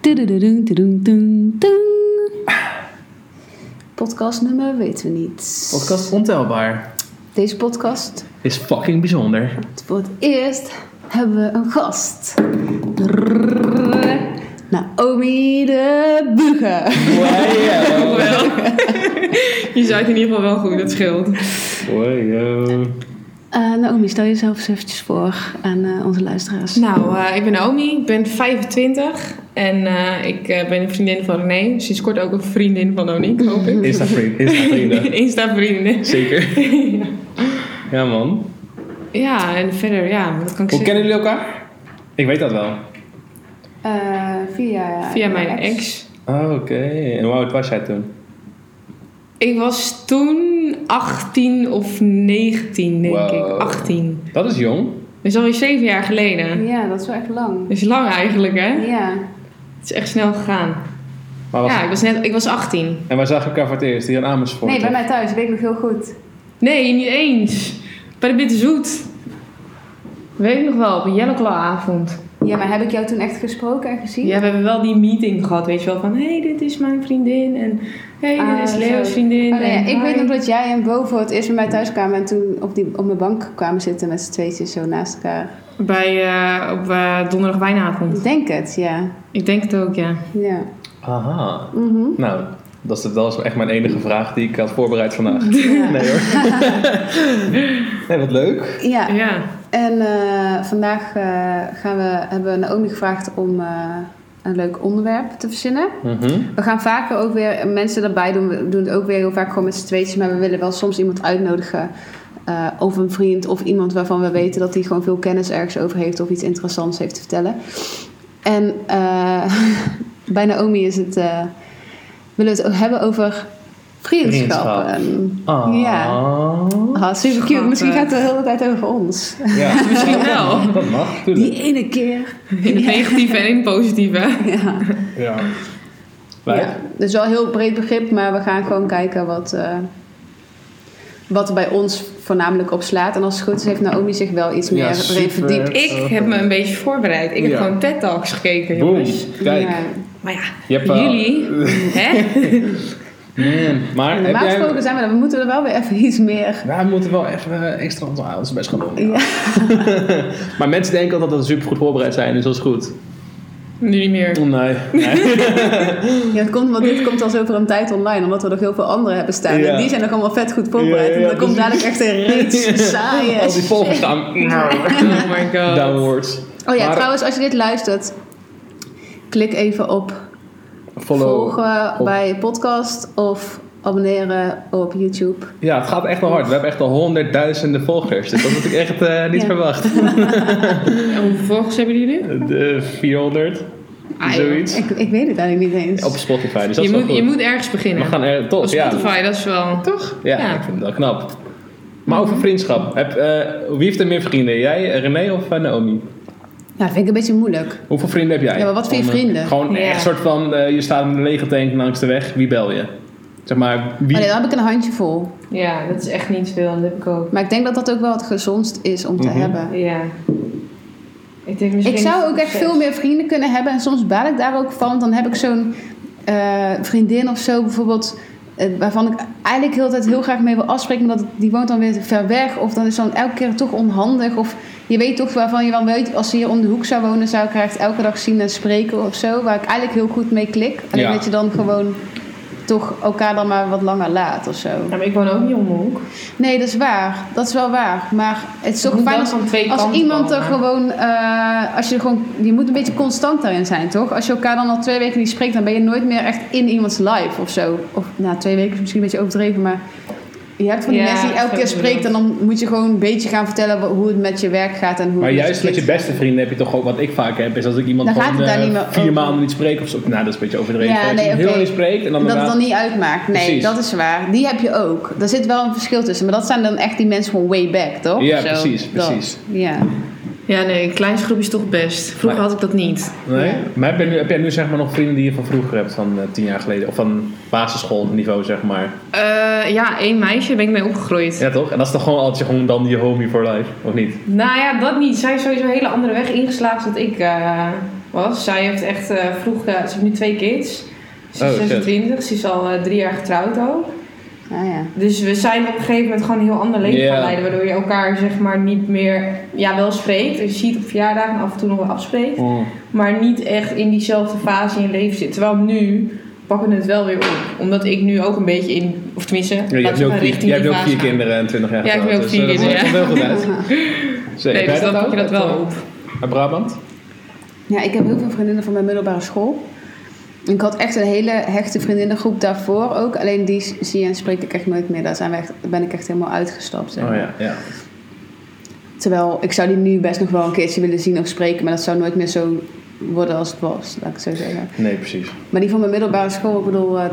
Tududududu, tudududu, tudung. Podcast nummer weten we niet. Podcast ontelbaar. Deze podcast. Is fucking bijzonder. Voor het eerst hebben we een gast. Naomi de Buge. Wow. Wel. je zei het in ieder geval wel goed, dat scheelt. Eh, Naomi, stel jezelf eens eventjes voor aan eh, onze luisteraars. Nou, eh, ik ben Naomi, ik ben 25 en eh, ik eh, ben een vriendin van René. Sinds kort ook een vriendin van Monique, hoop ik. Insta vriend, Insta vrienden. Insta-vriendin. Zeker. Ja man. ja, en verder, ja, wat kan ik Hoe zeggen? kennen jullie elkaar? Ik weet dat wel. Eh, via, Via mijn ex. Oh, oké. En hoe oud was jij toen? Ik was toen 18 of 19, denk Wow. ik. 18. Dat is jong. Dat is alweer 7 jaar geleden. Ja, dat is wel echt lang. Dat is lang eigenlijk, hè? Ja. Het is echt snel gegaan. Maar was... Ja, ik was, net, ik was 18. En waar zag je elkaar voor het eerst? Hier in Amersfoort? Nee, bij toch? mij thuis, weet ik nog heel goed. Nee, niet eens. Bij de Witte Zoet. Weet ik nog wel, op een Jellekla-avond. Ja, maar heb ik jou toen echt gesproken en gezien? Ja, we hebben wel die meeting gehad, weet je wel. Van, hé, hey, dit is mijn vriendin. En, hé, hey, Ah, dit is zo. Leo's vriendin. Oh, nee, en ik hi. weet nog dat jij en Bo voor het eerst bij mij thuis kwamen en toen op, die, op mijn bank kwamen zitten met z'n tweetjes zo naast elkaar. Bij, eh, op eh, donderdag wijnavond. Ik denk het, ja. Ik denk het ook, ja. ja. Aha. Mhm. Nou, dat is, dat is echt mijn enige vraag die ik had voorbereid vandaag. Ja. Nee hoor. Nee, wat leuk. Ja, Ja. en eh, vandaag eh, gaan we, hebben we Naomi gevraagd om eh, een leuk onderwerp te verzinnen. Mhm. We gaan vaker ook weer, mensen daarbij doen, we doen het ook weer heel vaak gewoon met z'n tweetjes, maar we willen wel soms iemand uitnodigen. eh, of een vriend of iemand waarvan we weten dat hij gewoon veel kennis ergens over heeft of iets interessants heeft te vertellen. En eh, bij Naomi is het, eh, willen we het ook hebben over vriendschappen. Ah. Ah, super cute. Schattig. Misschien gaat het de hele tijd over ons. Ja. Misschien wel. Dat mag, Die tuurlijk. ene keer. In het negatieve en in het positieve. Ja. Ja. Ja, dat is wel een heel breed begrip, maar we gaan gewoon kijken wat, eh, wat er bij ons voornamelijk op slaat. En als het goed is, heeft Naomi zich wel iets Ja, meer erin super. verdiept. Ik heb me een beetje voorbereid. Ik heb Ja. gewoon TED-talks gekeken, Boom. jongens. Kijk. Ja. Maar ja, Je hebt, eh, jullie, hè? Mm, Maar heb Normaal jij... gesproken zijn we dat. We moeten er wel weer even iets meer. Ja, we moeten wel even eh, extra onthouden. Dat is best gewoon. Ja. maar mensen denken altijd dat we super goed voorbereid zijn, dus dat is goed. Nu niet meer. Oh, Nee. nee. Ja, het komt, want dit komt al zo voor een tijd online, omdat we nog heel veel anderen hebben staan. Ja. En die zijn nog allemaal vet goed voorbereid. Ja, ja, en dan komt precies. dadelijk echt een reeks saaie. Al die volgers gaan Oh my god. downwards. Oh ja, Maar- trouwens, als je dit luistert, klik even op Follow. volgen op- bij podcast of abonneren op YouTube. Ja, het gaat echt wel hard. We hebben echt al honderdduizenden volgers. Dus dat had ik echt eh, niet Ja. verwacht. En hoeveel volgers hebben jullie? De 400, Ah, joh. zoiets. Ik, ik weet het eigenlijk niet eens. Op Spotify, dus dat Je is wel moet, goed. je moet ergens beginnen. We gaan er... Op Top, ja. Spotify, dat is wel... Toch? Ja, ik vind het wel knap. Maar Mhm. over vriendschap. Heb, eh, wie heeft er meer vrienden? Jij, René of eh, Naomi? Ja, vind ik een beetje moeilijk. Hoeveel vrienden heb jij? Ja, maar wat vind je Gewoon, eh, vrienden? Gewoon Ja. echt soort van, eh, je staat met een lege tank langs de weg. Wie bel je? Zeg maar, wie... Oh nee, dan heb ik een handje vol. Ja, dat is echt niet veel. Dat heb ik ook. Maar ik denk dat dat ook wel het gezondst is om te Mhm. hebben. Ja. Ik, denk misschien Ik zou ook echt veel meer vrienden kunnen hebben. En soms baal ik daar ook van. want Dan heb ik zo'n eh, vriendin of zo bijvoorbeeld. eh, waarvan ik eigenlijk heel de tijd heel graag mee wil afspreken. Omdat het- die woont dan weer ver weg. Of dan is dan elke keer toch onhandig. Of je weet toch waarvan je wel weet. Als ze hier om de hoek zou wonen. Zou ik haar echt elke dag zien en spreken of zo. Waar ik eigenlijk heel goed mee klik. En Ja. dat je dan gewoon toch elkaar dan maar wat langer laat of zo. Ja, maar ik woon ook niet om de hoek. Nee, dat is waar. Dat is wel waar. Maar het is toch Moet fijn wel als, van twee als kanten iemand er komen. gewoon, eh, als je er gewoon... Je moet een beetje constant daarin zijn, toch? Als je elkaar dan al twee weken niet spreekt... dan ben je nooit meer echt in iemands life of zo. Of na twee weken is misschien een beetje overdreven, maar... Je hebt van die Ja, mensen die dat elke keer snap ik spreekt... en dan moet je gewoon een beetje gaan vertellen wa- hoe het met je werk gaat en hoe Maar het juist met je kind beste vrienden heb je toch ook wat ik vaak heb. Is als ik iemand Dan gaat gewoon het daar eh, niet meer vier over. maanden niet spreek of zo. Nou, dat is een beetje overdreven. Ja, Als je nee, heel oké. lang niet spreekt en dan dat het daarna- dan niet uitmaakt. Nee, Precies. dat is waar. Die heb je ook. Daar zit wel een verschil tussen. Maar dat zijn dan echt die mensen van way back, toch? Ja, Zo, precies, dat. precies. Ja. Ja, nee, een klein groep is toch best. Vroeger Maar- had ik dat niet. Nee? Ja. Maar heb jij, nu, heb jij nu zeg maar nog vrienden die je van vroeger hebt, van eh, tien jaar geleden? Of van basisschoolniveau, zeg maar. Eh, ja, één meisje ben ik mee opgegroeid. Ja, toch? En dat is toch gewoon altijd je- gewoon dan je homie for life, of niet? Nou ja, dat niet. Zij is sowieso een hele andere weg ingeslagen dan ik. eh, was. Zij heeft echt eh, vroeg, eh, ze heeft nu twee kids. Ze is Oh, shit. 26, ze is al eh, drie jaar getrouwd ook. Ah ja. Dus we zijn op een gegeven moment gewoon een heel ander leven Ja. gaan leiden. Waardoor je elkaar zeg maar niet meer, ja wel spreekt. Je ziet op verjaardagen en af en toe nog wel afspreekt. Mm. Maar niet echt in diezelfde fase in je leven zit. Terwijl nu pakken we het wel weer op. Omdat ik nu ook een beetje in, of tenminste, Ja, je laten hebt we nu ook maar vier, richting jij hebt die ook fase vier gaan. kinderen en 20 jaar Ja, ik heb getrouwd, ook dus, vier eh, dat kinderen, komt wel goed uit. Zeker. Nee, Heb dus jij dan pak je dat ook, wel eh, op. Uit Brabant? Ja, ik heb heel veel vriendinnen van mijn middelbare school. Ik had echt een hele hechte vriendinnengroep daarvoor ook. Alleen die zie en spreek ik echt nooit meer. Daar zijn we echt, ben ik echt helemaal uitgestapt. zeg Oh maar. ja, ja. Terwijl ik zou die nu best nog wel een keertje willen zien of spreken. Maar dat zou nooit meer zo worden als het was, laat ik het zo zeggen. Nee, precies. Maar die van mijn middelbare school, ik bedoel, eh,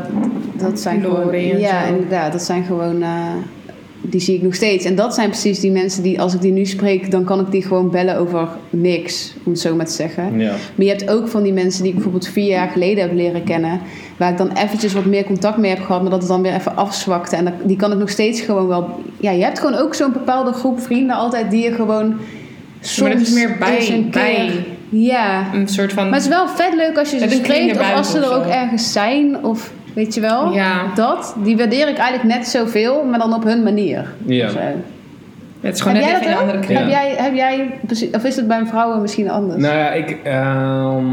dat zijn Lori gewoon... en Ja, zo. inderdaad. Dat zijn gewoon... eh, die zie ik nog steeds. En dat zijn precies die mensen die, als ik die nu spreek... dan kan ik die gewoon bellen over niks, om het zo maar te zeggen. Ja. Maar je hebt ook van die mensen die ik bijvoorbeeld vier jaar geleden heb leren kennen. Waar ik dan eventjes wat meer contact mee heb gehad. Maar dat het dan weer even afzwakte. En dat, die kan ik nog steeds gewoon wel... Ja, je hebt gewoon ook zo'n bepaalde groep vrienden altijd die je gewoon... Soms Maar dat is meer bij- eens een keer- bij. Ja. Een soort van... Maar het is wel vet leuk als je ze Met een spreekt. kring Of erbij als ze of er zo. ook ergens zijn. Of weet je wel. Ja. Dat, die waardeer ik eigenlijk net zoveel. Maar dan op hun manier. Ja. Zo. het is Heb gewoon net jij even in dat een ook? andere kring. Heb jij, heb jij, precies- of is het bij vrouwen misschien anders? Nou ja, ik, ehm,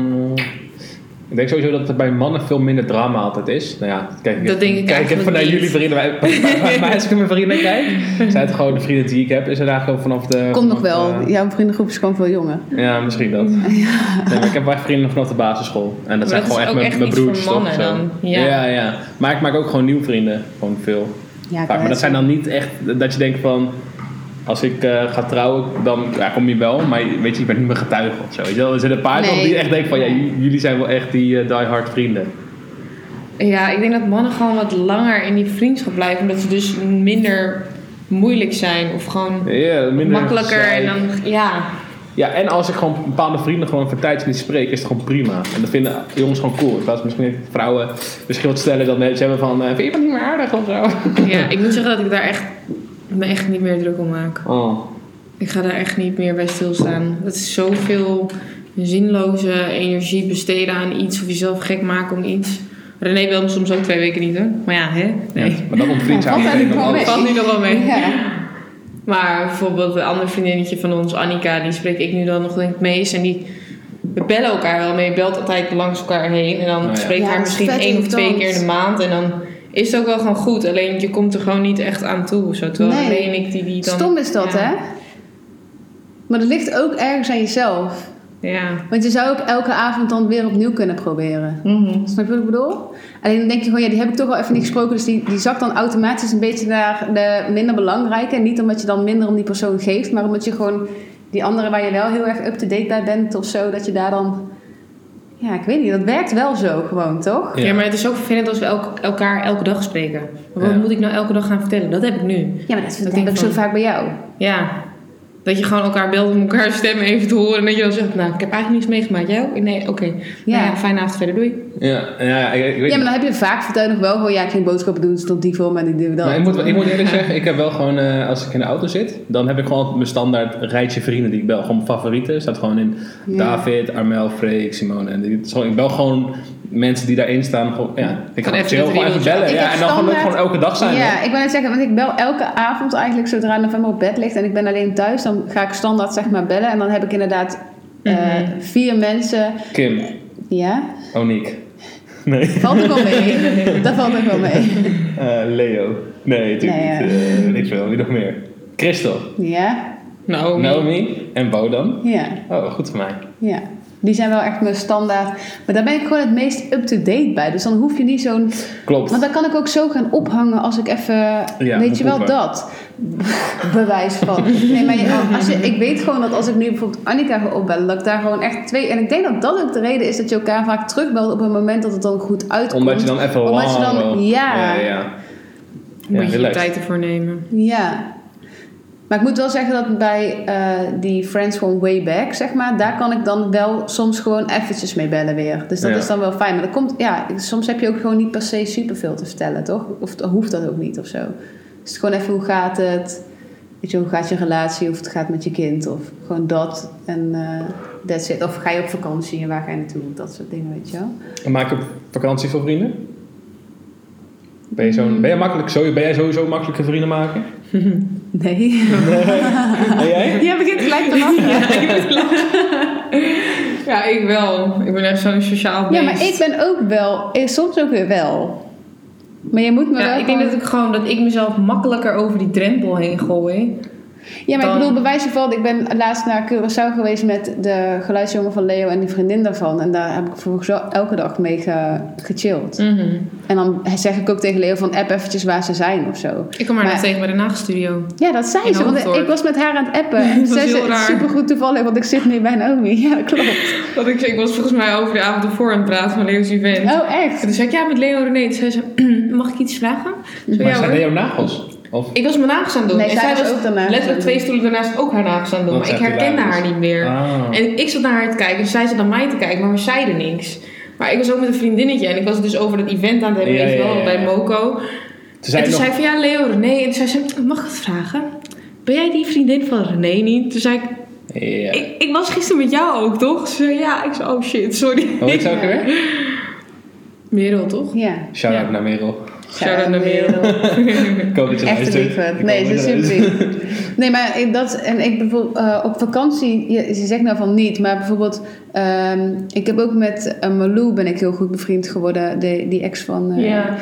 ik denk sowieso dat er bij mannen veel minder drama altijd is. Nou ja, kijk, Dat denk ik kijk even eigenlijk naar niet. jullie vrienden. Wij- Bij, bij, bij mij, als ik naar mijn vrienden kijk, zijn het gewoon de vrienden die ik heb. Is het eigenlijk gewoon vanaf de... Komt nog vanaf wel. de- Jouw vriendengroep is gewoon veel jonger. ja, misschien dat. Nee, maar ik heb echt vrienden vanaf de basisschool. En dat zijn dat gewoon is echt ook mijn, echt mijn iets voor broers toch mannen zo. dan, ja. ja, ja. Maar ik maak ook gewoon nieuwe vrienden. Gewoon veel. Ja, ik wou Vaak, maar net dat zijn zeggen. dan niet echt dat je denkt van. Als ik eh, ga trouwen, dan ja, kom je wel, maar je- weet je, je bent niet meer getuige of zo. Weet je wel? Er zitten een paar Nee. toch die echt denken van, ja, j- jullie zijn wel echt die eh, die-hard vrienden. Ja, ik denk dat mannen gewoon wat langer in die vriendschap blijven. Omdat ze dus minder moeilijk zijn. Of gewoon Ja, minder makkelijker. gezeik. En dan, ja. Ja, en als ik gewoon bepaalde vrienden gewoon van tijdje niet spreek, is het gewoon prima. En dat vinden jongens gewoon cool. Dat is misschien vrouwen misschien wat stellen dan mensen hebben van, eh, vind je dat niet meer aardig of zo? ja, ik moet zeggen dat ik daar echt, me echt niet meer druk om maak. Oh. Ik ga daar echt niet meer bij stilstaan. Dat is zoveel zinloze energie besteden aan iets of jezelf gek maken om iets. René wil me soms ook twee weken niet, hè? Maar ja, hè? Nee. Ja, maar dat komt vriend Ja, valt zijn eigenlijk wel meteen mee. Dat alles. valt nu nog wel mee. Ja. Maar bijvoorbeeld een ander vriendinnetje van ons, Annika, die spreek ik nu dan nog denk ik het meest. En die, we bellen elkaar wel mee, belt altijd langs elkaar heen. En dan Oh ja. spreek ik Ja, haar dat is misschien vet één of twee irritant. keer in de maand. En dan is het ook wel gewoon goed. Alleen je komt er gewoon niet echt aan toe. of Zo. Terwijl Nee. René en ik die, die dan... Stom is dat, ja. hè? Maar dat ligt ook ergens aan jezelf. Ja. Want je zou ook elke avond dan weer opnieuw kunnen proberen. Mhm. Snap je wat ik bedoel? Alleen dan denk je gewoon, ja, die heb ik toch al even niet gesproken. Dus die, die zakt dan automatisch een beetje naar de minder belangrijke. En niet omdat je dan minder om die persoon geeft, maar omdat je gewoon die andere waar je wel heel erg up-to-date bij bent of zo, dat je daar dan. Ja, ik weet niet, dat werkt wel zo gewoon, toch? Ja. Ja. maar het is ook vervelend als we elk- elkaar elke dag spreken. Maar Wat Ja. moet ik nou elke dag gaan vertellen? Dat heb ik nu. Ja, maar dat, dat denk heb ik ik zo van- vaak bij jou. Ja. Dat je gewoon elkaar belt om elkaar stemmen even te horen. En dat je dan zegt, nou, ik heb eigenlijk niks meegemaakt. Jij ook? Nee, oké. Ja. Ja. ja, fijne avond verder, doei. Ja, ja, ik, ik weet Ja, maar dan heb je vaak verteld nog wel gewoon, ja, ik ging boodschappen doen, stond die voor me en ik deed dat. Maar ik moet, ik moet eerlijk zeggen, ik heb wel gewoon, eh, als ik in de auto zit, dan heb ik gewoon altijd mijn standaard rijtje vrienden die ik bel. Gewoon mijn favorieten. Staat gewoon in Ja. David, Armel, Freek, Simone. En die, het is gewoon- ik bel gewoon mensen die daarin staan. Gewoon, ja, ik kan Gewoon even chill het gewoon even riedeltje. bellen. Ik Ja, heb en dan gewoon leuk standaard- gewoon elke dag zijn. ja, hè. ik ben net zeggen, want ik bel elke avond eigenlijk zodra november op bed ligt en ik ben alleen thuis, dan ga ik standaard zeg maar bellen en dan heb ik inderdaad eh, Mhm. vier mensen. Kim, Ja, Oniek. Nee. valt ook wel mee. dat valt ook wel mee. Eh, Leo. Nee, natuurlijk Nee, niet. Eh, ik wil wie nog meer. Christel, Ja, Nou, Naomi en Bodan. ja, Oh, goed voor mij. ja. Die zijn wel echt mijn standaard. Maar daar ben ik gewoon het meest up-to-date bij. Dus dan hoef je niet zo'n Klopt. Want dan kan ik ook zo gaan ophangen als ik even. weet je wel boeken. dat? Bewijs van. Nee, maar je- als je, ik weet gewoon dat als ik nu bijvoorbeeld Annika ga opbellen, dat ik daar gewoon echt twee. En ik denk dat dat ook de reden is dat je elkaar vaak terugbelt op een moment dat het dan goed uitkomt. Omdat je dan even Omdat je lang dan- wil- ja. ja, ja. Ja, moet je je relaxed. tijd ervoor nemen. Ja. Maar ik moet wel zeggen dat bij eh, die Friends from Way Back, zeg maar, daar kan ik dan wel soms gewoon eventjes mee bellen weer. Dus dat Ja. is dan wel fijn. Maar dat komt, ja, soms heb je ook gewoon niet per se superveel te vertellen, toch? Of dat hoeft dat ook niet of zo. Dus het gewoon even hoe gaat het? Weet je, hoe gaat je relatie? Of het gaat met je kind? Of gewoon dat. En eh, That's it. Of ga je op vakantie en waar ga je naartoe? Dat soort dingen, weet je wel. En maak je op vakantie veel vrienden? Ben, je zo'n, ben, je makkelijk, zo, ben jij sowieso makkelijke vrienden maken? Nee. En jij? Je begint gelijk te lachen. Ja, ik wel. Ik ben echt zo'n sociaal beest. Ja, maar ik ben ook wel, eh, soms ook weer wel. Maar je moet me Ja, wel. ik denk dat ik gewoon dat ik mezelf makkelijker over die drempel heen gooi. ja, maar ik dan- bedoel, bij wijze van, ik ben laatst naar Curaçao geweest met de geluidsjongen van Leo en die vriendin daarvan. En daar heb ik vervolgens wel elke dag mee ge- gechilled. Mhm. En dan zeg ik ook tegen Leo van app eventjes waar ze zijn of zo. Ik kom haar Maar- net tegen bij de nachtstudio. Ja, dat zei In ze, want Hoofddorp. ik was met haar aan het appen. En Dat was zei ze, heel het is raar. supergoed toevallig, want ik zit nu bij Naomi. Ja, dat klopt. Dat ik, ik was volgens mij over de avond ervoor aan het praten van Leo's event. Oh, echt? Toen zei ik ja met Leo en René. Toen zei ze, mag ik iets vragen? Ik zei, Maar ja, zijn hoor. er jouw nagels? Of? Ik was mijn nagels aan het doen. Nee, en zij zij was was ook haar nagels aan het letterlijk twee stoelen daarnaast ook haar nagels aan het doen. Dat Maar ik is echt herkende hilarisch. haar niet meer. Ah. En ik zat naar haar te kijken en zij zat naar mij te kijken, maar we zeiden niks. Maar ik was ook met een vriendinnetje en ik was het dus over dat event aan het hebben, Ja, weet je ja, wel, ja, bij ja. Moco. Toen zei en je toen nog, zei ik van ja, Leo, René. En toen zei ze, mag ik het vragen? Ben jij die vriendin van René niet? Toen zei ik, Ja. ik, ik was gisteren met jou ook, toch? Ze zei ja, ik zei, oh shit, sorry. Hoe heet ze ook weer? Merel, toch? Ja. Shout-out Ja. naar Merel. Shout-out naar Merel. Ik hoop dat je Echt luistert. een lieverd. Ik Nee, hoop ze is dat je super luistert. lief. Nee, maar ik- dat... En ik bijvoorbeeld... eh, op vakantie... Je, je zegt nou van niet, maar bijvoorbeeld... ehm, ik heb ook met eh, Malou ben ik heel goed bevriend geworden. De, die ex van... eh, Ja.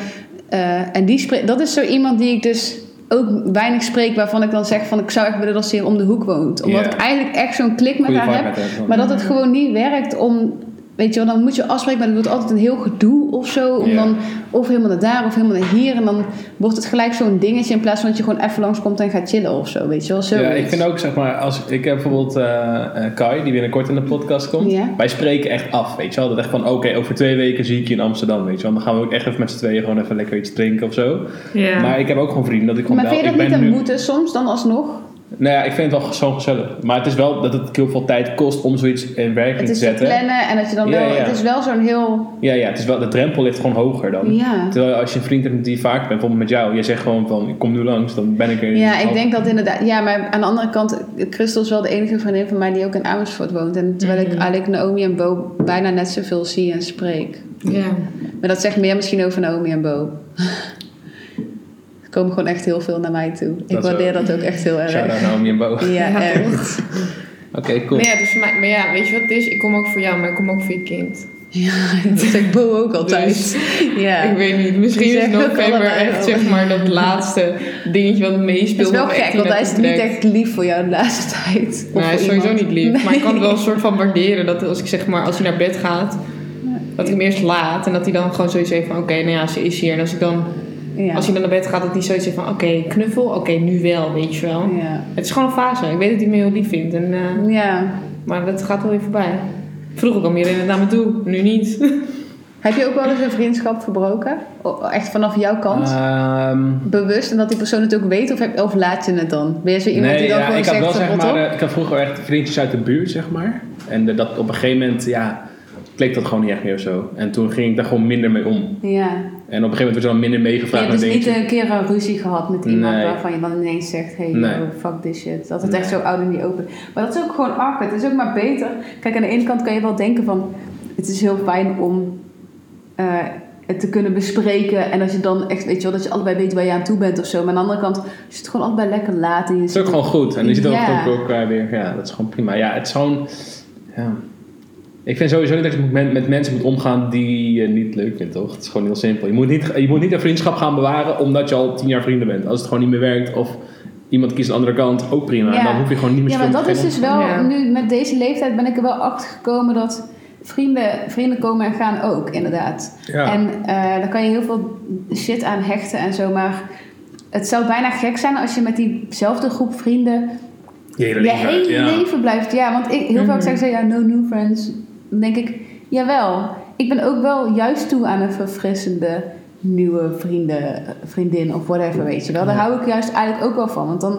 eh, en die spreekt... Dat is zo iemand die ik dus ook weinig spreek... waarvan ik dan zeg van... Ik zou echt willen dat ze hier om de hoek woont. Omdat Ja. ik eigenlijk echt zo'n klik met Goeie haar vibe heb. met haar, ja. maar dat het gewoon niet werkt om... Weet je wel, dan moet je afspreken, maar dat wordt altijd een heel gedoe of zo. Om Ja. dan of helemaal naar daar of helemaal naar hier. En dan wordt het gelijk zo'n dingetje in plaats van dat je gewoon even langskomt en gaat chillen of zo. Weet je wel, zo. Ja, ik vind ook, zeg maar, als ik heb bijvoorbeeld eh, eh, Kai, die binnenkort in de podcast komt. Ja. Wij spreken echt af, weet je wel. Dat echt van, oké, over twee weken zie ik je in Amsterdam, weet je wel. Dan gaan we ook echt even met z'n tweeën gewoon even lekker iets drinken of zo. Ja. Maar ik heb ook gewoon vrienden dat ik gewoon Maar bel, vind je ik dat niet ben een nu... boete soms dan alsnog? Nou ja, ik vind het wel zo gezellig. Maar het is wel dat het heel veel tijd kost om zoiets in werking Het te is te zetten. plannen en dat je dan Ja, wel... ja. Het is wel zo'n heel... Ja, ja, het is wel, de drempel ligt gewoon hoger dan. Ja. Terwijl als je een vriend hebt die vaak bent, bijvoorbeeld met jou. Jij zegt gewoon van, ik kom nu langs, dan ben ik er. Ja, ik al- denk dat inderdaad... Ja, maar aan de andere kant... Christel is wel de enige vriendin van mij die ook in Amersfoort woont. En terwijl Mm. ik eigenlijk Naomi en Bo bijna net zoveel zie en spreek. ja. Maar dat zegt meer misschien over Naomi en Bo. Ze komen gewoon echt heel veel naar mij toe. ik Dat is waardeer dat ook echt heel erg. Shout-out Naomi en Bo. Oké, Ja, Ja, echt. cool. Nee, ja, dus voor mij, maar ja, weet je wat het is? Ik kom ook voor jou, maar ik kom ook voor je kind. Ja, dat zegt Bo ook altijd. Dus- ja. Ik weet niet, Die misschien is zeggen ook november allebei echt wel. zeg maar dat laatste dingetje wat Het meespeelt. is wel wat echt gek, die want hij is naartoe niet trekt. echt lief voor jou de laatste tijd. Of Nou, hij is voor sowieso iemand. niet lief, maar ik kan Nee. het wel een soort van waarderen dat als ik zeg maar als hij naar bed gaat, dat ik hem eerst laat en dat hij dan gewoon zoiets heeft van oké, nou ja, ze is hier. En als ik dan, Ja. als hij dan naar bed gaat, dat hij zoiets heeft van oké, knuffel, oké, nu wel, weet je wel. Ja. Het is gewoon een fase. Ik weet dat hij me heel lief vindt, en, eh, ja. maar dat gaat wel weer voorbij. Vroeger kwam iedereen het naar me toe, nu niet. Heb je ook wel eens een vriendschap verbroken? O- Echt vanaf jouw kant? Ehm, Bewust en dat die persoon het ook weet? Of, heb, of laat je het dan? Ben je zo iemand nee, die dan ja, gewoon ik had zegt wel van zeg rot maar, op? eh, ik had vroeger echt vriendjes uit de buurt, zeg maar. En eh, dat op een gegeven moment, ja, klikte dat gewoon niet echt meer of zo. En toen ging ik daar gewoon minder mee om. Ja. En op een gegeven moment werd er dan minder Je meegevraagd. hebt naar dus niet dingetjes. een keer een ruzie gehad met iemand Nee. waarvan je dan ineens zegt: hey, Nee. yo, fuck this shit. Dat het Nee. echt zo oud en niet open. Maar dat is ook gewoon arbeid. Het is ook maar beter. Kijk, aan de ene kant kan je wel denken: van het is heel fijn om eh, het te kunnen bespreken. En als je dan echt, weet je wel, dat je allebei weet waar je aan toe bent of zo. Maar aan de andere kant is het gewoon allebei lekker laat. En je Het is ook zit- gewoon goed. En je zit ook Ja. ook elkaar weer. Ja, dat is gewoon prima. Ja, het is gewoon. Ja. Ik vind sowieso niet dat je met, met mensen moet omgaan die je niet leuk vindt, toch? Het is gewoon heel simpel. Je moet, niet, je moet niet een vriendschap gaan bewaren omdat je al tien jaar vrienden bent. Als het gewoon niet meer werkt of iemand kiest een andere kant, ook prima. Ja. Dan hoef je gewoon niet meer Ja, zoveel maar dat te is beginnen. dus wel, Ja. nu met deze leeftijd ben ik er wel achter gekomen dat vrienden, vrienden komen en gaan ook, inderdaad. Ja. En eh, daar kan je heel veel shit aan hechten en zo, maar het zou bijna gek zijn als je met diezelfde groep vrienden Je hele je leven. hele ja. Mhm. leven blijft. Ja, want ik, heel vaak zeggen ze ja, no new friends. Dan denk ik, jawel. Ik ben ook wel juist toe aan een verfrissende nieuwe vrienden, vriendin of whatever, weet je wel. Daar hou ik juist eigenlijk ook wel van. Want dan,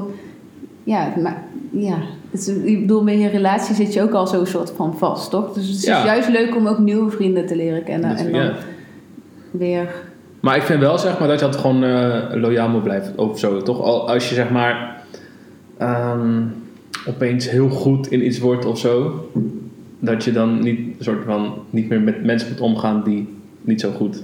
ja, maar, ja. Het is, ik bedoel, met je relatie zit je ook al zo'n soort van vast, toch? Dus het is Ja. juist leuk om ook nieuwe vrienden te leren kennen. Dat- en dan ja. weer... Maar ik vind wel zeg maar dat je altijd gewoon eh, loyaal moet blijven of zo, toch? Al- Als je zeg maar ehm, opeens heel goed in iets wordt of zo, dat je dan niet, een soort van, niet meer met mensen moet omgaan die niet zo goed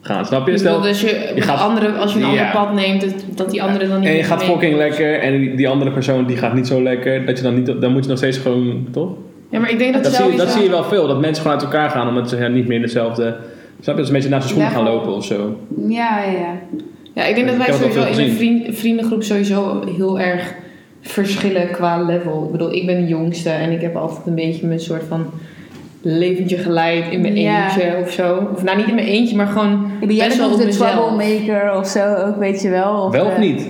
gaan. Snap je? Ik Stel, bedoel, dus je, je gaat- andere, als je een Ja. ander pad neemt, dat, dat die andere dan niet en je meer gaat mee- fucking lekker en die, die andere persoon die gaat niet zo lekker. Dat je dan, niet, dan moet je nog steeds gewoon, toch? Ja, maar ik denk dat, Dat, zie, je- sowieso- dat zie je wel veel, dat mensen gewoon uit elkaar gaan omdat ze ja, niet meer in dezelfde. Snap je? Dat ze een beetje naast de schoenen gaan Level. lopen of zo. Ja, ja, ja. Ja, ik denk dat Ik wij heb dat sowieso veel in een gezien. vriend, vriendengroep sowieso heel erg verschillen qua level. Ik bedoel, ik ben de jongste en ik heb altijd een beetje mijn soort van leventje geleid in mijn Ja. eentje of zo. Of nou, niet in mijn eentje, maar gewoon Ik ben jij bent best wel ook op de mezelf. troublemaker of zo, ook weet je wel. wel of eh, niet?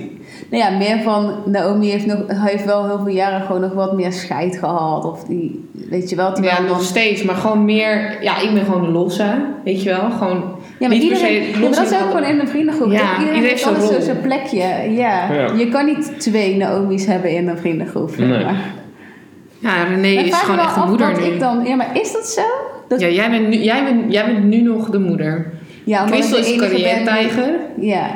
Nou ja, meer van Naomi heeft, nog, heeft wel heel veel jaren gewoon nog wat meer scheid gehad. Of die, weet je wel. terwijl Ja, dan- nog steeds, maar gewoon meer... Ja, ik ben gewoon de losse, weet je wel. Gewoon Ja, maar niet per se iedereen, ja, maar los dat is in ook gewoon alle- in een vriendengroep. Ja, iedereen, iedereen heeft heeft zo'n altijd zo rol. zijn plekje. Ja. Ja. Je kan niet twee Naomi's hebben in een vriendengroep. zeg Nee. maar. Ja, René Maar is vraag gewoon me echt de af moeder wat nu. Ik dan, ja, maar is dat zo? Dat, Ja, ja, jij bent, nu, jij, bent, jij bent nu nog de moeder. Oh, omdat Christel ik de is enige ben- carrière-tijger. Ja,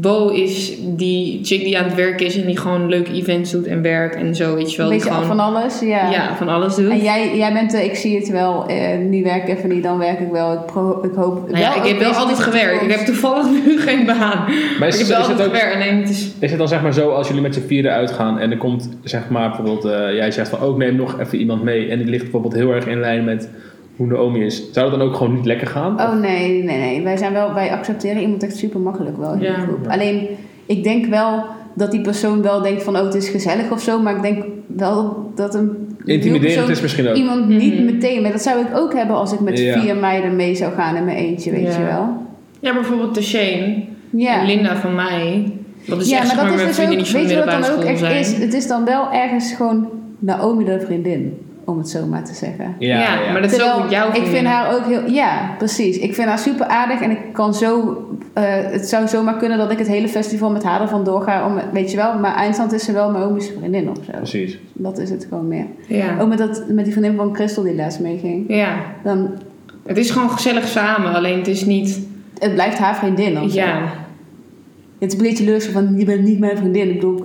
Bo is die chick die aan het werk is en die gewoon leuke events doet en werkt en zo, weet je wel. een Die beetje af gewoon van alles. Ja. ja, van alles doet. En jij, jij bent, de ik zie het wel, eh, nu werk ik even niet, dan werk ik wel. Ik, pro- ik hoop. Nou ja, ik ook heb wel deze altijd toekomst. gewerkt. Ik heb toevallig nu geen baan. Maar, Maar is, ik is, heb wel het altijd ook, gewerkt. Nee, het is, is het dan zeg maar zo als jullie met z'n vieren uitgaan en er komt zeg maar bijvoorbeeld, eh, jij zegt van ook neem nog even iemand mee en die ligt bijvoorbeeld heel erg in lijn met hoe Naomi is. Zou dat dan ook gewoon niet lekker gaan? Oh nee, nee, nee. Wij, zijn wel, wij accepteren iemand echt super makkelijk wel in Ja. de groep. Ja. Alleen, ik denk wel dat die persoon wel denkt van... oh, het is gezellig of zo. Maar ik denk wel dat een Intimiderend is misschien ook. iemand niet Mhm. meteen... maar dat zou ik ook hebben als ik met Ja. vier meiden mee zou gaan in mijn eentje, weet Ja. je wel. ja, bijvoorbeeld de Shane Ja. en Linda van mij. Dat is ja, Dus echt zeg maar mijn vriendin die van Weet je wat middelbare dan dus ook school echt zijn. is? Het is dan wel ergens gewoon Naomi de vriendin. Om het zo maar te zeggen. Ja, maar dat is ook met jouw ik vriendin. vind haar ook heel... Ja, precies. Ik vind haar super aardig. En ik kan zo... eh, het zou zomaar kunnen dat ik het hele festival met haar ervan doorga. Om, weet je wel, maar eindstand is ze wel mijn oomische vriendin of zo. Precies. Dat is het gewoon meer. Ja. Ook met, dat, met die vriendin van Christel die laatst meeging. ja, Dan, het is gewoon gezellig samen. Alleen het is niet... het blijft haar vriendin of zo. Ja, Het is een beetje leurig van, je bent niet mijn vriendin. Ik bedoel, I, I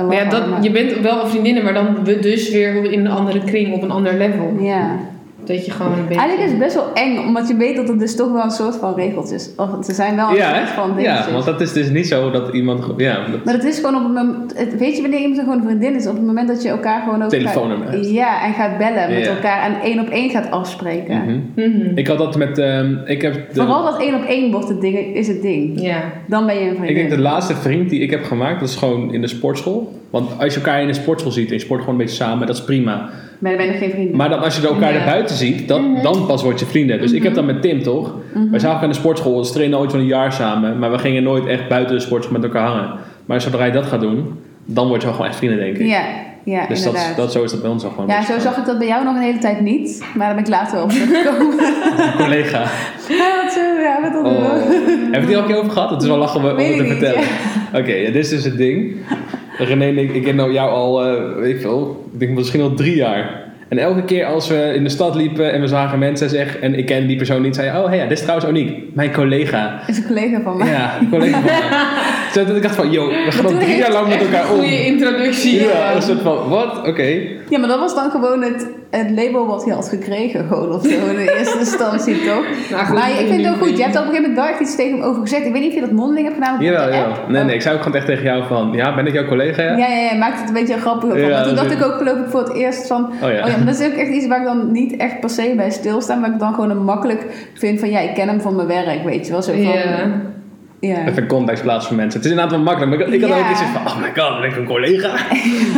love maar ja her, dat, maar- je bent wel een vriendinnen, maar dan we- dus weer in een andere kring, op een ander level. Ja. Dat je gewoon een beetje... Eigenlijk is het best wel eng, omdat je weet dat het dus toch wel een soort van regeltjes. Of ze zijn wel een Ja, soort van hè? dingetjes. ja, want dat is dus niet zo dat iemand. ge- Ja, dat- Maar het is gewoon op het moment. het- Weet je wanneer iemand gewoon een vriendin is? Op het moment dat je elkaar gewoon ook. Telefoonnummer gaat- hebt. Ja, en gaat bellen met Ja. elkaar en één op één gaat afspreken. Mhm. Mhm. Ik had dat met. ehm, ik heb de, Vooral dat één op één wordt het ding, is het ding. Ja. Dan ben je een Ik vriendin. denk de laatste vriend die ik heb gemaakt, dat is gewoon in de sportschool. Want als je elkaar in de sportschool ziet en je sport gewoon een beetje samen, dat is prima. Maar dan ben je nog geen vriendin. Maar dan, als je elkaar Ja. naar buiten ziet, dat, Mhm. dan pas word je vrienden. Dus ik heb dat met Tim toch? Wij zagen elkaar in de sportschool, we trainen ooit van een jaar samen. Maar we gingen nooit echt buiten de sportschool met elkaar hangen. Maar zodra je dat gaat doen, dan word je wel gewoon echt vrienden, denk ik. ja, ja dus dat, inderdaad. dat, zo is dat bij ons al gewoon. ja, zo zag ik dat bij jou nog een hele tijd niet. Maar daar ben ik later wel op teruggekomen. Een collega. ja, wat zo, ja, wat dan Oh. ook. Hebben we het hier al een keer over gehad? Het is wel lachen om om Weet het ik niet, te vertellen. Oké, ja, dit is dus het ding. René en ik, ik ken nou jou al, eh, weet ik veel, ik denk misschien al drie jaar. En elke keer als we in de stad liepen en we zagen mensen zeg, en ik ken die persoon niet, zei je, oh hey, ja, dit is trouwens Oniek, mijn collega. Is een collega van mij. Ja, een collega van mij. Zodat ik dacht van, yo, we gaan al drie jaar lang met Echt elkaar een om. goede introductie. Ja, een soort van, wat? Oké. Ja, maar dat was dan gewoon het, het label wat hij had gekregen, gewoon of zo in de eerste instantie, toch? Nou, goed, maar dat ik vind is het niet ook goed. Je meer. hebt er op een gegeven moment wel echt iets tegen hem over gezegd. Ik weet niet of je dat mondeling hebt gedaan. of op de Jawel, app. jawel. Nee, nee, ik zei ook gewoon echt tegen jou van, ja, ben ik jouw collega? oh. Ja, ja, ja, maakt het een beetje grappig. Ja, van. Maar toen dat dacht ik is- ook geloof ik voor het eerst van... Oh ja. ja. maar dat is ook echt iets waar ik dan niet echt per se bij stilsta. Maar ik dan gewoon een makkelijk vind van... Ja, ik ken hem van mijn werk, weet je wel. Zo van, ja. Ja. Even context plaatsen voor mensen. Het is inderdaad wel makkelijk, maar ik, ik had Ja. ook iets van, oh my god, ben ik een collega?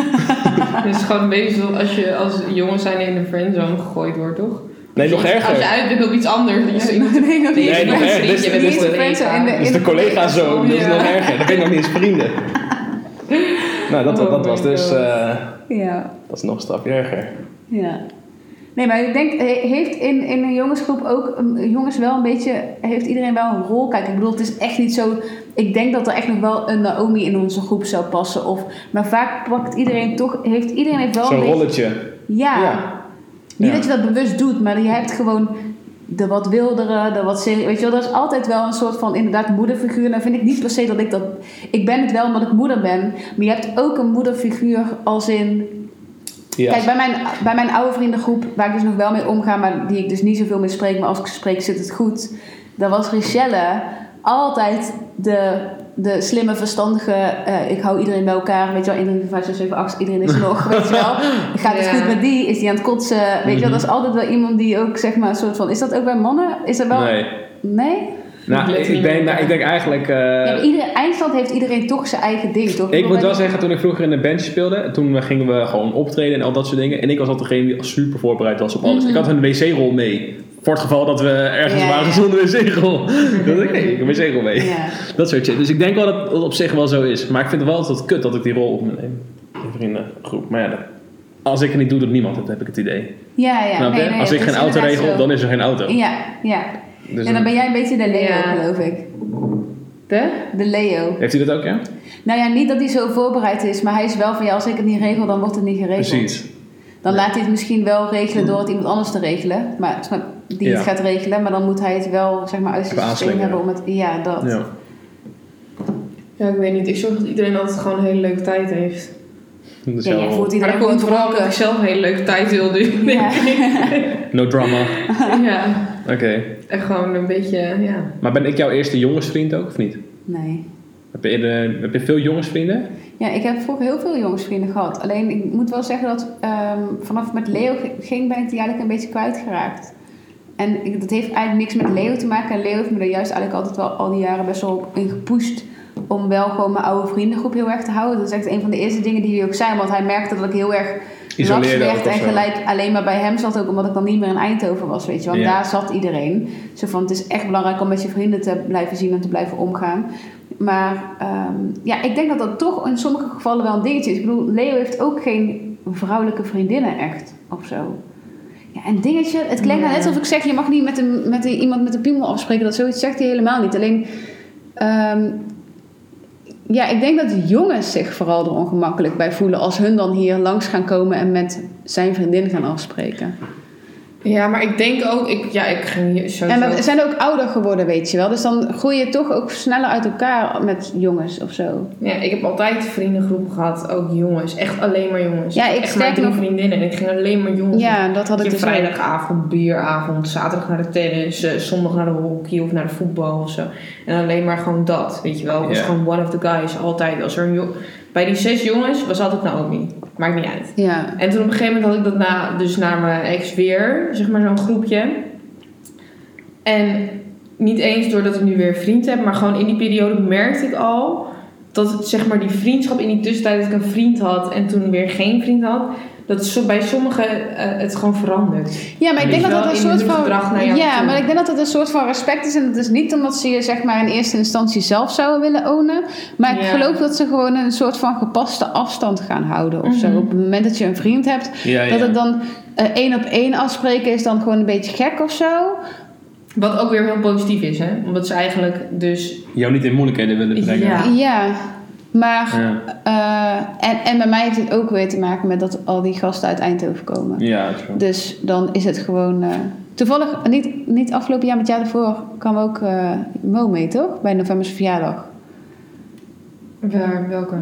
Het is gewoon meestal als je als jongen zijn in de friendzone gegooid wordt, toch? Nee, nog Als je erger. uit bent op iets anders. Dat je zo iemand Nee, nog niet. Nee, nog erger. Dit is- je dit is bent de- een collega. in de- Dat is de collega zo, dat is Ja. nog erger. Dan ben je nog niet eens vrienden. Nou, dat, dat, Oh my was dus... God. eh, Ja, dat is nog een stapje erger. ja. Nee, maar ik denk, he- heeft in, in een jongensgroep ook, een- jongens wel een beetje, heeft iedereen wel een rol? Kijk, ik bedoel, het is echt niet zo, ik denk dat er echt nog wel een Naomi in onze groep zou passen. Of, maar vaak pakt iedereen toch, heeft iedereen heeft wel Zo'n een beetje... rolletje. Ja. Ja. Niet Ja. dat je dat bewust doet, maar je hebt gewoon de wat wildere, de wat serie. Weet je wel, er is altijd wel een soort van inderdaad moederfiguur. Nou vind ik niet per se dat ik dat... Ik ben het wel omdat ik moeder ben. Maar je hebt ook een moederfiguur als in... Ja. Kijk, bij mijn, bij mijn oude vriendengroep, waar ik dus nog wel mee omga, maar die ik dus niet zoveel mee spreek, maar als ik spreek zit het goed. Dan was Richelle altijd de, de slimme, verstandige. eh, ik hou iedereen bij elkaar. Weet je wel, 1, 3, 4, 5, 6, 7, 8. Iedereen is er nog. Weet je wel. Gaat het Ja. goed met die? Is die aan het kotsen? Weet je Mhm. wel, dat is altijd wel iemand die ook zeg maar een soort van. Is dat ook bij mannen? Is dat wel. Nee. Nee? Nou, Lukt ik, niet ben, meer. nou, ik denk eigenlijk... eh, Ja, maar iedereen, eindstand heeft iedereen toch zijn eigen ding, toch? ik bedoel, moet bij wel die- zeggen, toen ik vroeger in een band speelde, toen eh, gingen we gewoon optreden en al dat soort dingen. En ik was altijd degene die super voorbereid was op alles. Ik had een wc-rol mee. Voor het geval dat we ergens Mhm. Ja, waren ja. zonder wc-rol. dat ik, nee, ik heb een wc-rol mee. Ja. Dat soort shit. Dus ik denk wel dat het op zich wel zo is. Maar ik vind het wel altijd kut dat ik die rol op me neem. In vriendengroep. Maar ja, dat- als ik het niet doe, doet niemand het, heb ik het idee. Ja, ja. Snap je? nee, nee, als ik dat geen is auto inderdaad regel, zo. dan is er geen auto. Ja, ja. Dus en dan ben jij een beetje de Leo, Ja. geloof ik. De? De Leo. Heeft hij dat ook, ja? Nou ja, niet dat hij zo voorbereid is, maar hij is wel van ja, als ik het niet regel, dan wordt het niet geregeld. Precies. Mm. Dan laat hij het misschien wel regelen door het iemand anders te regelen, maar, snap, die het Ja. gaat regelen, maar dan moet hij het wel zeg maar uit Even zijn systeem aanslingeren. hebben om het. Ja, dat. Ja. Ja, ik weet niet. Ik zorg dat iedereen altijd gewoon een hele leuke tijd heeft. Dat is Ja, jij wel- voelt Maar iedereen dat gewoon komt vooral omdat ik dronken. zelf een hele leuke tijd wil nu. Ja. denk ik. No drama. ja. Oké. En gewoon een beetje, ja. Maar ben ik jouw eerste jongensvriend ook, of niet? Nee. Heb je, eerder- heb je veel jongensvrienden? Ja, ik heb vroeger heel veel jongensvrienden gehad. Alleen ik moet wel zeggen dat ehm, vanaf ik met Leo g- ging, ben ik die eigenlijk een beetje kwijtgeraakt. En ik- dat heeft eigenlijk niks met Leo te maken. En Leo heeft me er juist eigenlijk altijd wel al die jaren best wel op in gepusht. Om wel gewoon mijn oude vriendengroep heel erg te houden. Dat is echt een van de eerste dingen die hij ook zei. Want hij merkte dat ik heel erg laks Isoleerde ook werd. of En zo. gelijk alleen maar bij hem zat ook. Omdat ik dan niet meer in Eindhoven was, weet je. Want Ja. daar zat iedereen. Zo van, het is echt belangrijk om met je vrienden te blijven zien en te blijven omgaan. Maar ehm, ja, ik denk dat dat toch in sommige gevallen wel een dingetje is. Ik bedoel, Leo heeft ook geen vrouwelijke vriendinnen echt of zo. Ja, en dingetje, het klinkt nou net alsof ik zeg... je mag niet met, een, met een, iemand met een piemel afspreken. Dat zoiets zegt hij helemaal niet. Alleen, ehm, ja, ik denk dat jongens zich vooral er ongemakkelijk bij voelen... als hun dan hier langs gaan komen en met zijn vriendin gaan afspreken. Ja, maar ik denk ook, ik, ja, ik ging hier sowieso... En dan zijn ze ook ouder geworden, weet je wel. Dus dan groei je toch ook sneller uit elkaar met jongens of zo. Ja, ik heb altijd vriendengroepen gehad, ook jongens. Echt alleen maar jongens. Ja, ik echt sterk maar drie nog- vriendinnen en ik ging alleen maar jongens. Ja, dat had Weet ik je, dus ook. vrijdagavond, bieravond, zaterdag naar de tennis, eh, zondag naar de hockey of naar de voetbal of zo. En alleen maar gewoon dat, weet je wel. Ik was Ja. gewoon one of the guys, altijd. Als er een jo- Bij die zes jongens was altijd Naomi. Maakt niet uit. Ja. En toen op een gegeven moment had ik dat na, dus naar mijn ex weer, zeg maar zo'n groepje. En niet eens doordat ik nu weer een vriend heb, maar gewoon in die periode merkte ik al dat het, zeg maar die vriendschap in die tussentijd dat ik een vriend had en toen weer geen vriend had, dat zo, bij sommigen eh, het gewoon verandert. Ja, maar ik Dus denk dat wel dat een in hun soort van. gedrag naar jou Ja, toe. maar ik denk dat dat een soort van respect is. En dat is niet omdat ze je zeg maar in eerste instantie zelf zouden willen ownen. Maar ik Ja. geloof dat ze gewoon een soort van gepaste afstand gaan houden of zo. Mhm. Op het moment dat je een vriend hebt, Oh, Ja, dat het dan eh, één op één afspreken is dan gewoon een beetje gek of zo. Wat ook weer heel positief is, hè? Omdat ze eigenlijk dus. Jou niet in moeilijkheden willen brengen. Ja. Ja, maar. Ja, eh, en, en bij mij heeft het ook weer te maken met dat al die gasten uit Eindhoven komen. ja zo. Dus dan is het gewoon. eh, toevallig, niet, niet afgelopen jaar, maar het jaar daarvoor kwam ook eh, Mo mee, toch? Bij november's verjaardag. Waar, welke?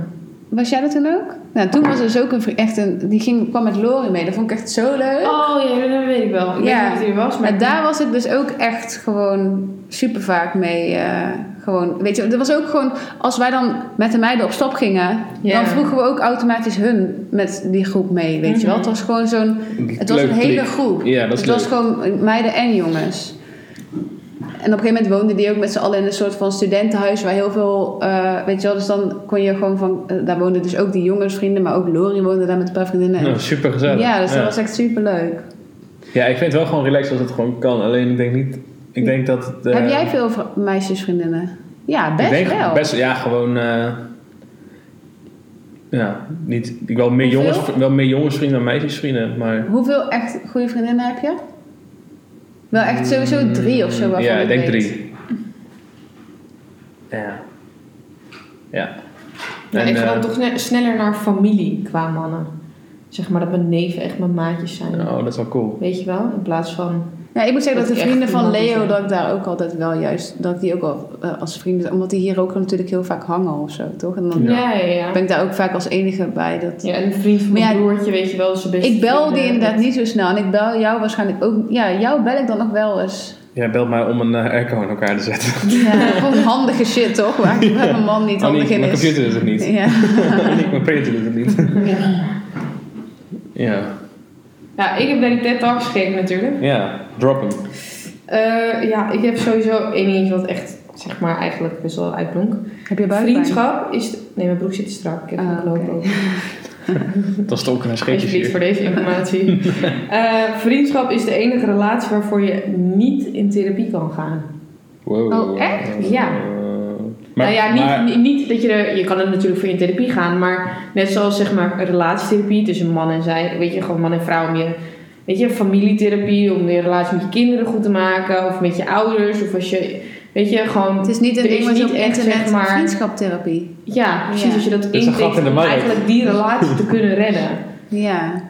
Was jij dat toen ook? Nou, toen was er dus ook een, vri- echt een. Die ging, kwam met Lori mee. Dat vond ik echt zo leuk. Oh ja, dat weet ik wel. Ik Ja. weet niet of die er was, maar. Maar daar was ik dus ook echt gewoon super vaak mee. eh, gewoon, weet je, er was ook gewoon. Als wij dan met de meiden op stap gingen, Ja. dan vroegen we ook automatisch hun met die groep mee. Weet je wel? Het Mhm. was gewoon zo'n. Het was Leuk een hele klik. groep. Ja, dat is het leuk. was gewoon meiden en jongens. En op een gegeven moment woonden die ook met z'n allen in een soort van studentenhuis waar heel veel, eh, weet je wel, dus dan kon je gewoon van, eh, daar woonden dus ook die jongensvrienden, maar ook Lori woonde daar met een paar vriendinnen. Nou, super gezellig. ja, dus dat was echt super leuk. Ja, ik vind het wel gewoon relaxed als het gewoon kan. Alleen ik denk niet... Ik denk dat... het, eh, Heb jij veel vr- meisjesvriendinnen? Ja, best ik denk wel. Best, ja, gewoon... eh, ja, niet... Ik wel meer, Hoeveel? jongens, wel meer jongensvrienden dan meisjesvrienden, maar... Hoeveel echt goede vriendinnen heb je? Wel echt sowieso drie of zo waarvan Mm, Ja, ik ik denk weet. drie. Ja. Ja. Ja, En, ik ga eh, dan toch sne- sneller naar familie qua mannen. Zeg maar dat mijn neven echt mijn maatjes zijn. Oh, dat is wel cool. Weet je wel? In plaats van Ja, ik moet zeggen dat, Dat de die echt vrienden van prima Leo, zijn. dat ik daar ook altijd wel juist, dat ik die ook al eh, als vrienden, omdat die hier ook natuurlijk heel vaak hangen of zo, toch? En dan Ja, ja, ja. ben ik daar ook vaak als enige bij. Dat... Ja, en een vriend van Maar mijn ja, broertje, weet je wel, is de beste Ik bel die vrienden. inderdaad niet zo snel en ik bel jou waarschijnlijk ook, ja, jou bel ik dan nog wel eens. Jij belt mij om een eh, airco in elkaar te zetten. Ja, gewoon handige shit toch? Waar waar mijn man niet Oh nee, handig in mijn is. computer doet het niet. Ja. Niet mijn printer doet het niet. Ja. Ja. Ja, ik heb naar die TED Talks gekeken natuurlijk. Ja, drop hem. Eh, ja, ik heb sowieso één dingetje wat echt, zeg maar, eigenlijk best wel uitblonk. Heb je buikpijn? Vriendschap is... Nee, mijn broek zit te strak. Ik heb Ah, een loop oké. ook. Dat is ook een scheepjes Alsjeblieft voor hier. deze informatie. Eh, vriendschap is de enige relatie waarvoor je niet in therapie kan gaan. Wow. Oh, echt? Ja. nou ja, niet, niet, niet dat je er... Je kan er natuurlijk voor in therapie gaan, maar net zoals zeg maar relatietherapie tussen man en zij. Weet je, gewoon man en vrouw om je... Weet je, familietherapie om je relatie met je kinderen goed te maken. Of met je ouders. Of als je... Weet je, gewoon... Het is niet een Er is ding wat je niet op echt, internet zeg maar- vriendschaptherapie. Ja, precies. Ja. Als je dat is een intikt gat in de om markt. eigenlijk die relatie te kunnen redden. Ja.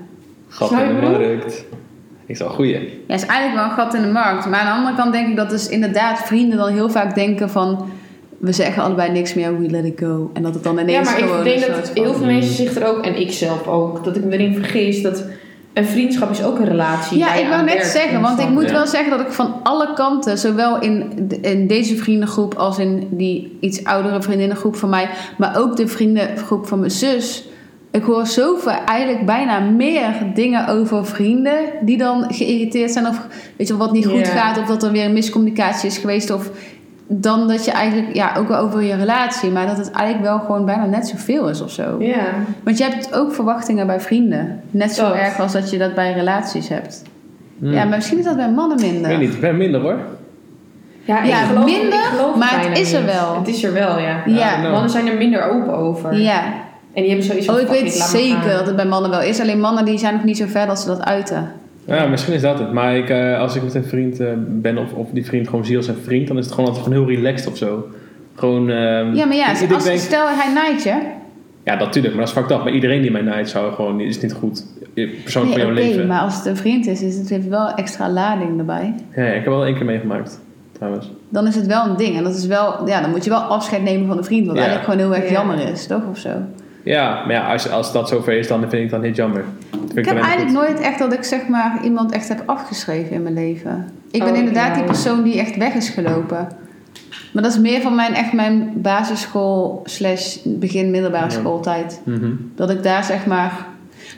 Gat Zou je in de bedoelen? markt. Ik zal goeie. Ja, is eigenlijk wel een gat in de markt. Maar aan de andere kant denk ik dat dus inderdaad vrienden dan heel vaak denken van... We zeggen allebei niks meer, we let it go. En dat het dan Ja, ineens maar gewoon ik denk een dat soort van- heel veel mensen zich er ook, en ik zelf ook, dat ik me erin vergis dat een vriendschap is ook een relatie. Ja, waar je ik wou aan net werkt zeggen, want ik constant. moet Ja. wel zeggen dat ik van alle kanten, zowel in, de- in deze vriendengroep als in die iets oudere vriendinnengroep van mij, maar ook de vriendengroep van mijn zus, ik hoor zoveel, eigenlijk bijna meer dingen over vrienden die dan geïrriteerd zijn of weet je, wel, wat niet goed Ja. gaat of dat er weer een miscommunicatie is geweest of dan dat je eigenlijk, ja, ook wel over je relatie, maar dat het eigenlijk wel gewoon bijna net zoveel is of zo. Ja, Want je hebt ook verwachtingen bij vrienden, net zo Dat. erg als dat je dat bij relaties hebt. Hmm. Ja, maar misschien is dat bij mannen Ik minder. weet niet, ik ben minder hoor. ja, ik Ja, geloof, minder, ik geloof maar het bijna is er niet. wel. Het is er wel, ja. Ja. Ja. Mannen zijn er minder open over. Ja. En die hebben zoiets van, Oh, ik fuck weet it, laat maar zeker gaan. dat het bij mannen wel is. Alleen mannen die zijn nog niet zo ver dat ze dat uiten. Ja, misschien is dat het. Maar ik, eh, als ik met een vriend eh, ben of, of die vriend gewoon zie als een vriend, dan is het gewoon altijd gewoon heel relaxed of zo. Gewoon. ehm, Ja, maar ja, ik- ik als, denk- stel hij naait je. Ja, natuurlijk, maar dat is fucked up. Maar iedereen die mij naait zou gewoon, is niet goed. Persoon Nee, van jouw oké, leven. maar als het een vriend is, is het heeft wel extra lading erbij. Ja, ik heb wel één keer meegemaakt, trouwens. Dan is het wel een ding. En dat is wel, ja, dan moet je wel afscheid nemen van de vriend. Wat Ja. eigenlijk gewoon heel erg Ja. jammer is, toch? Of zo. Ja, maar ja, als, als dat zover is, dan vind ik het dan heel jammer. Dat vind Ik dan heb helemaal eigenlijk goed. nooit echt dat ik zeg maar iemand echt heb afgeschreven in mijn leven. Ik ben Oh, inderdaad ja. die persoon die echt weg is gelopen. Maar dat is meer van mijn, echt mijn basisschool slash begin middelbare Ja. schooltijd. Mhm. Dat ik daar zeg maar...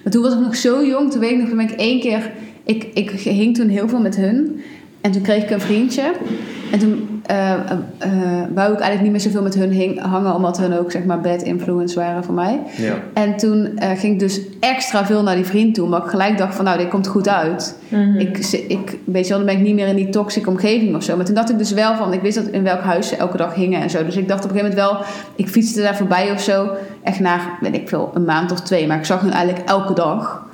Maar toen was ik nog zo jong. Toen weet ik nog, toen ben ik één keer... Ik, ik hing toen heel veel met hun. En toen kreeg ik een vriendje. En toen eh, eh, eh, wou ik eigenlijk niet meer zoveel met hun hing- hangen. Omdat hun ook zeg maar bad influence waren voor mij. Ja. En toen eh, ging ik dus extra veel naar die vriend toe. Omdat ik gelijk dacht van nou, dit komt goed uit. Mhm. Ik, ze- ik weet je wel, dan ben ik niet meer in die toxische omgeving of zo. Maar toen dacht ik dus wel van, ik wist dat in welk huis ze elke dag hingen en zo. Dus ik dacht op een gegeven moment wel, ik fietste daar voorbij of zo. Echt na, weet ik veel, een maand of twee. Maar ik zag hun eigenlijk elke dag.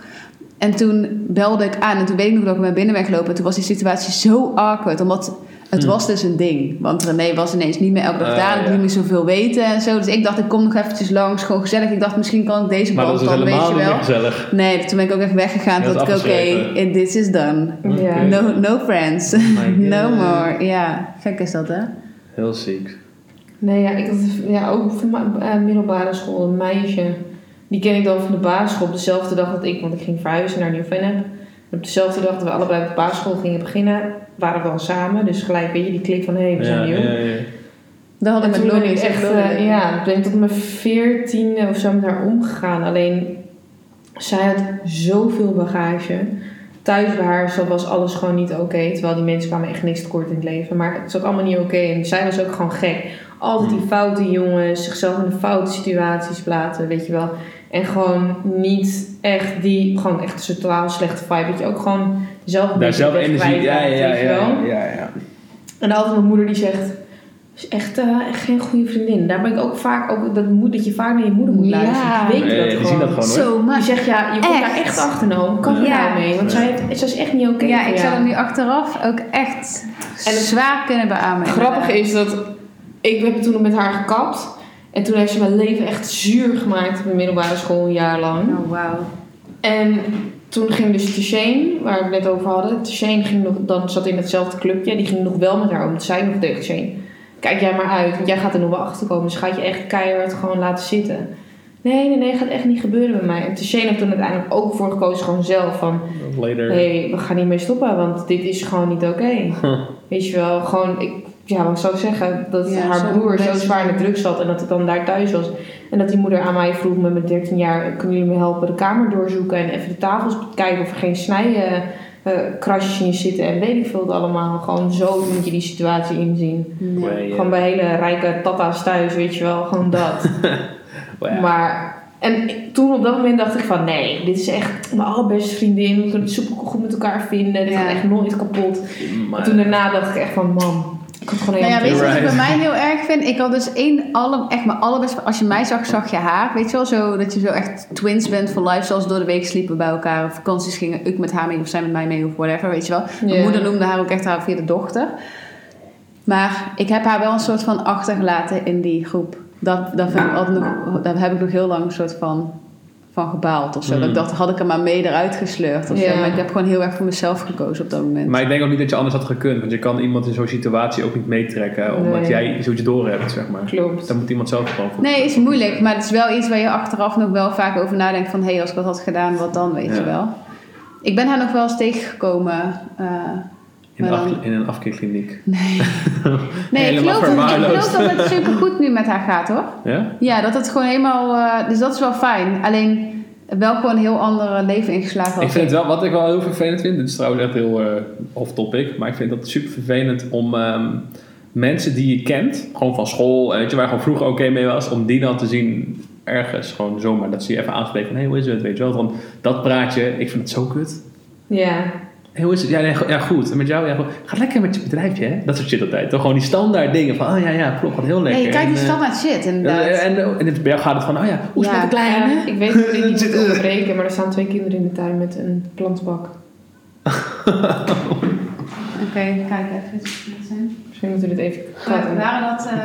En toen belde ik aan en toen weet ik nog dat ik naar binnen ben gelopen. En toen was die situatie zo awkward, omdat... Het Hm. was dus een ding. Want René was ineens niet meer elke dag Ah, daar. Ik ja. niet meer zoveel weten en zo. Dus ik dacht, ik kom nog eventjes langs. Gewoon gezellig. Ik dacht, misschien kan ik deze Maar band dat is dus dan, weet helemaal je niet meer wel. gezellig. Nee, toen ben ik ook echt weggegaan. Je Toen had dacht ik, oké, afgeschreven. this is done. Ja. Oké. No, no friends. My no God. more. Ja, gek is dat, hè? Heel ziek. Nee, ja, ik had ja, ook van mijn eh, middelbare school een meisje. Die ken ik dan van de basisschool op dezelfde dag dat ik, want ik ging verhuizen naar Nieuw-Vennep. En op dezelfde dag dat we allebei op de basisschool gingen beginnen, waren we al samen. Dus gelijk, weet je, die klik van hé, hey, we zijn Ja, nieuw. ja, ja. Dat had ik En met toen ben Lonnie ik gezegd, echt, Lonnie. eh, ja, ik denk tot mijn veertiende of zo met haar omgegaan. Alleen, zij had zoveel bagage. Thuis bij haar zo was alles gewoon niet oké. Terwijl die mensen kwamen echt niks tekort in het leven. Maar het was ook allemaal niet oké. En zij was ook gewoon gek. Altijd Hmm. die foute jongens, zichzelf in de foute situaties platen, weet je wel. En gewoon niet echt die, gewoon echt zo'n totaal slechte vibe. Dat je ook gewoon zelf een Daar beetje zelf de weg energie. kwijt Ja, raakt, ja, weet je wel. ja. ja, ja. En altijd mijn moeder die zegt, is echt, eh, echt geen goede vriendin. Daar ben ik ook vaak, ook dat, moet, dat je vaak naar je moeder moet Ja. luisteren. Die weet Nee, dat die gewoon. zien dat gewoon hoor. Zo, Die maar... zegt, ja, je komt daar Echt? echt achter nou. Hoe Kan je Ja. daar mee? Want zij, heeft, zij is echt niet oké ja, voor ik jou. zou hem nu achteraf ook echt En het- zwaar kunnen beamen. Grappig is dat ik heb toen met haar gekapt. En toen heeft ze mijn leven echt zuur gemaakt op de middelbare school een jaar lang. Oh, wauw. En toen ging dus Tessane, waar we het net over hadden. Tessane ging nog, dan zat in hetzelfde clubje. Die ging nog wel met haar om. Toen zei ik nog tegen Tessane, kijk jij maar uit. Want jij gaat er nog wel achter komen. Dus gaat je echt keihard gewoon laten zitten. Nee, nee, nee. Gaat echt niet gebeuren bij mij. En Tessane heeft toen uiteindelijk ook voor gekozen. Gewoon zelf van, Later. hey, we gaan hiermee stoppen. Want dit is gewoon niet oké. Huh. Weet je wel, gewoon... Ik, ja, wat zou ik zeggen? Dat Ja, haar zo broer zo best. zwaar in de druk zat. En dat ik dan daar thuis was. En dat die moeder aan mij vroeg met mijn 13 jaar... Kunnen jullie me helpen de kamer doorzoeken? En even de tafels bekijken of er geen snijden... eh, krasjes in zitten en weet ik veel het allemaal. Gewoon zo moet je die situatie inzien. Wij, eh, Gewoon bij hele rijke tata's thuis, weet je wel. Gewoon dat. wij- Maar, en toen op dat moment dacht ik van nee, dit is echt mijn allerbeste vriendin. We kunnen het super goed met elkaar vinden. Dit Ja. gaat echt nooit kapot. maar- Toen daarna dacht ik echt van man, ik had gewoon Nou ja, helemaal weet je wat ik Right. bij mij heel erg vind? Ik had dus één, alle, echt mijn allerbeste... Als je mij zag, zag je haar. Weet je wel, zo, dat je zo echt twins bent voor life. Zoals door de week sliepen we bij elkaar. Op vakanties gingen ik met haar mee of zij met mij mee of whatever, weet je wel. Mijn Ja. moeder noemde haar ook echt haar vierde dochter. Maar ik heb haar wel een soort van achtergelaten in die groep. Dat, dat vind ik altijd nog, daar heb ik nog heel lang een soort van, van gebaald of zo. Dat ik Hmm. dacht, had ik er maar mee eruit gesleurd of zo. Ja. Maar ik heb gewoon heel erg voor mezelf gekozen op dat moment. Maar ik denk ook niet dat je anders had gekund. Want je kan iemand in zo'n situatie ook niet meetrekken. Omdat Nee. jij zoiets door hebt, zeg maar. klopt. Dan moet iemand zelf gewoon voor. Nee, is moeilijk. Maar het is wel iets waar je achteraf nog wel vaak over nadenkt. Van, hé, als ik dat had gedaan, wat dan, weet Ja. je wel. Ik ben haar nog wel eens tegengekomen. eh, In, een maar dan- af- in een afkeerkliniek. nee, ik Helemaal geloof, dat, ik verwaarloosd. geloof dat het supergoed nu met haar gaat, hoor. Ja? Ja, dat het gewoon helemaal... eh, dus dat is wel fijn. Alleen wel gewoon een heel ander leven ingeslagen Ik had. vind het wel, wat ik wel heel vervelend vind, dit is trouwens echt heel eh, off-topic, maar ik vind dat super vervelend om ehm, mensen die je kent, gewoon van school, eh, weet je, waar je gewoon vroeger oké mee was, om die dan te zien ergens gewoon zomaar, dat ze je even aanspreken van, hé, hey, hoe is het, weet je wel, van dat praatje, ik vind het zo kut. Ja, Hé, hoe is het? Ja, nee, go- ja, goed. En met jou, ja, goed. Gaat lekker met je bedrijfje, hè? Dat soort shit altijd. Toch gewoon die standaard dingen van, oh ja, ja, klopt, gaat heel Nee, lekker. je kijkt die En, eh, standaard shit, inderdaad. en, eh, en, en bij jou gaat het van, oh ja, hoe is het Ja. met de kleine? ja, ik weet dat ik niet moet onderbreken, maar er staan twee kinderen in de tuin met een plantbak. Oké, kijk even. Wat zijn- Misschien moeten we dit even Waar- katten. Waren dat... eh,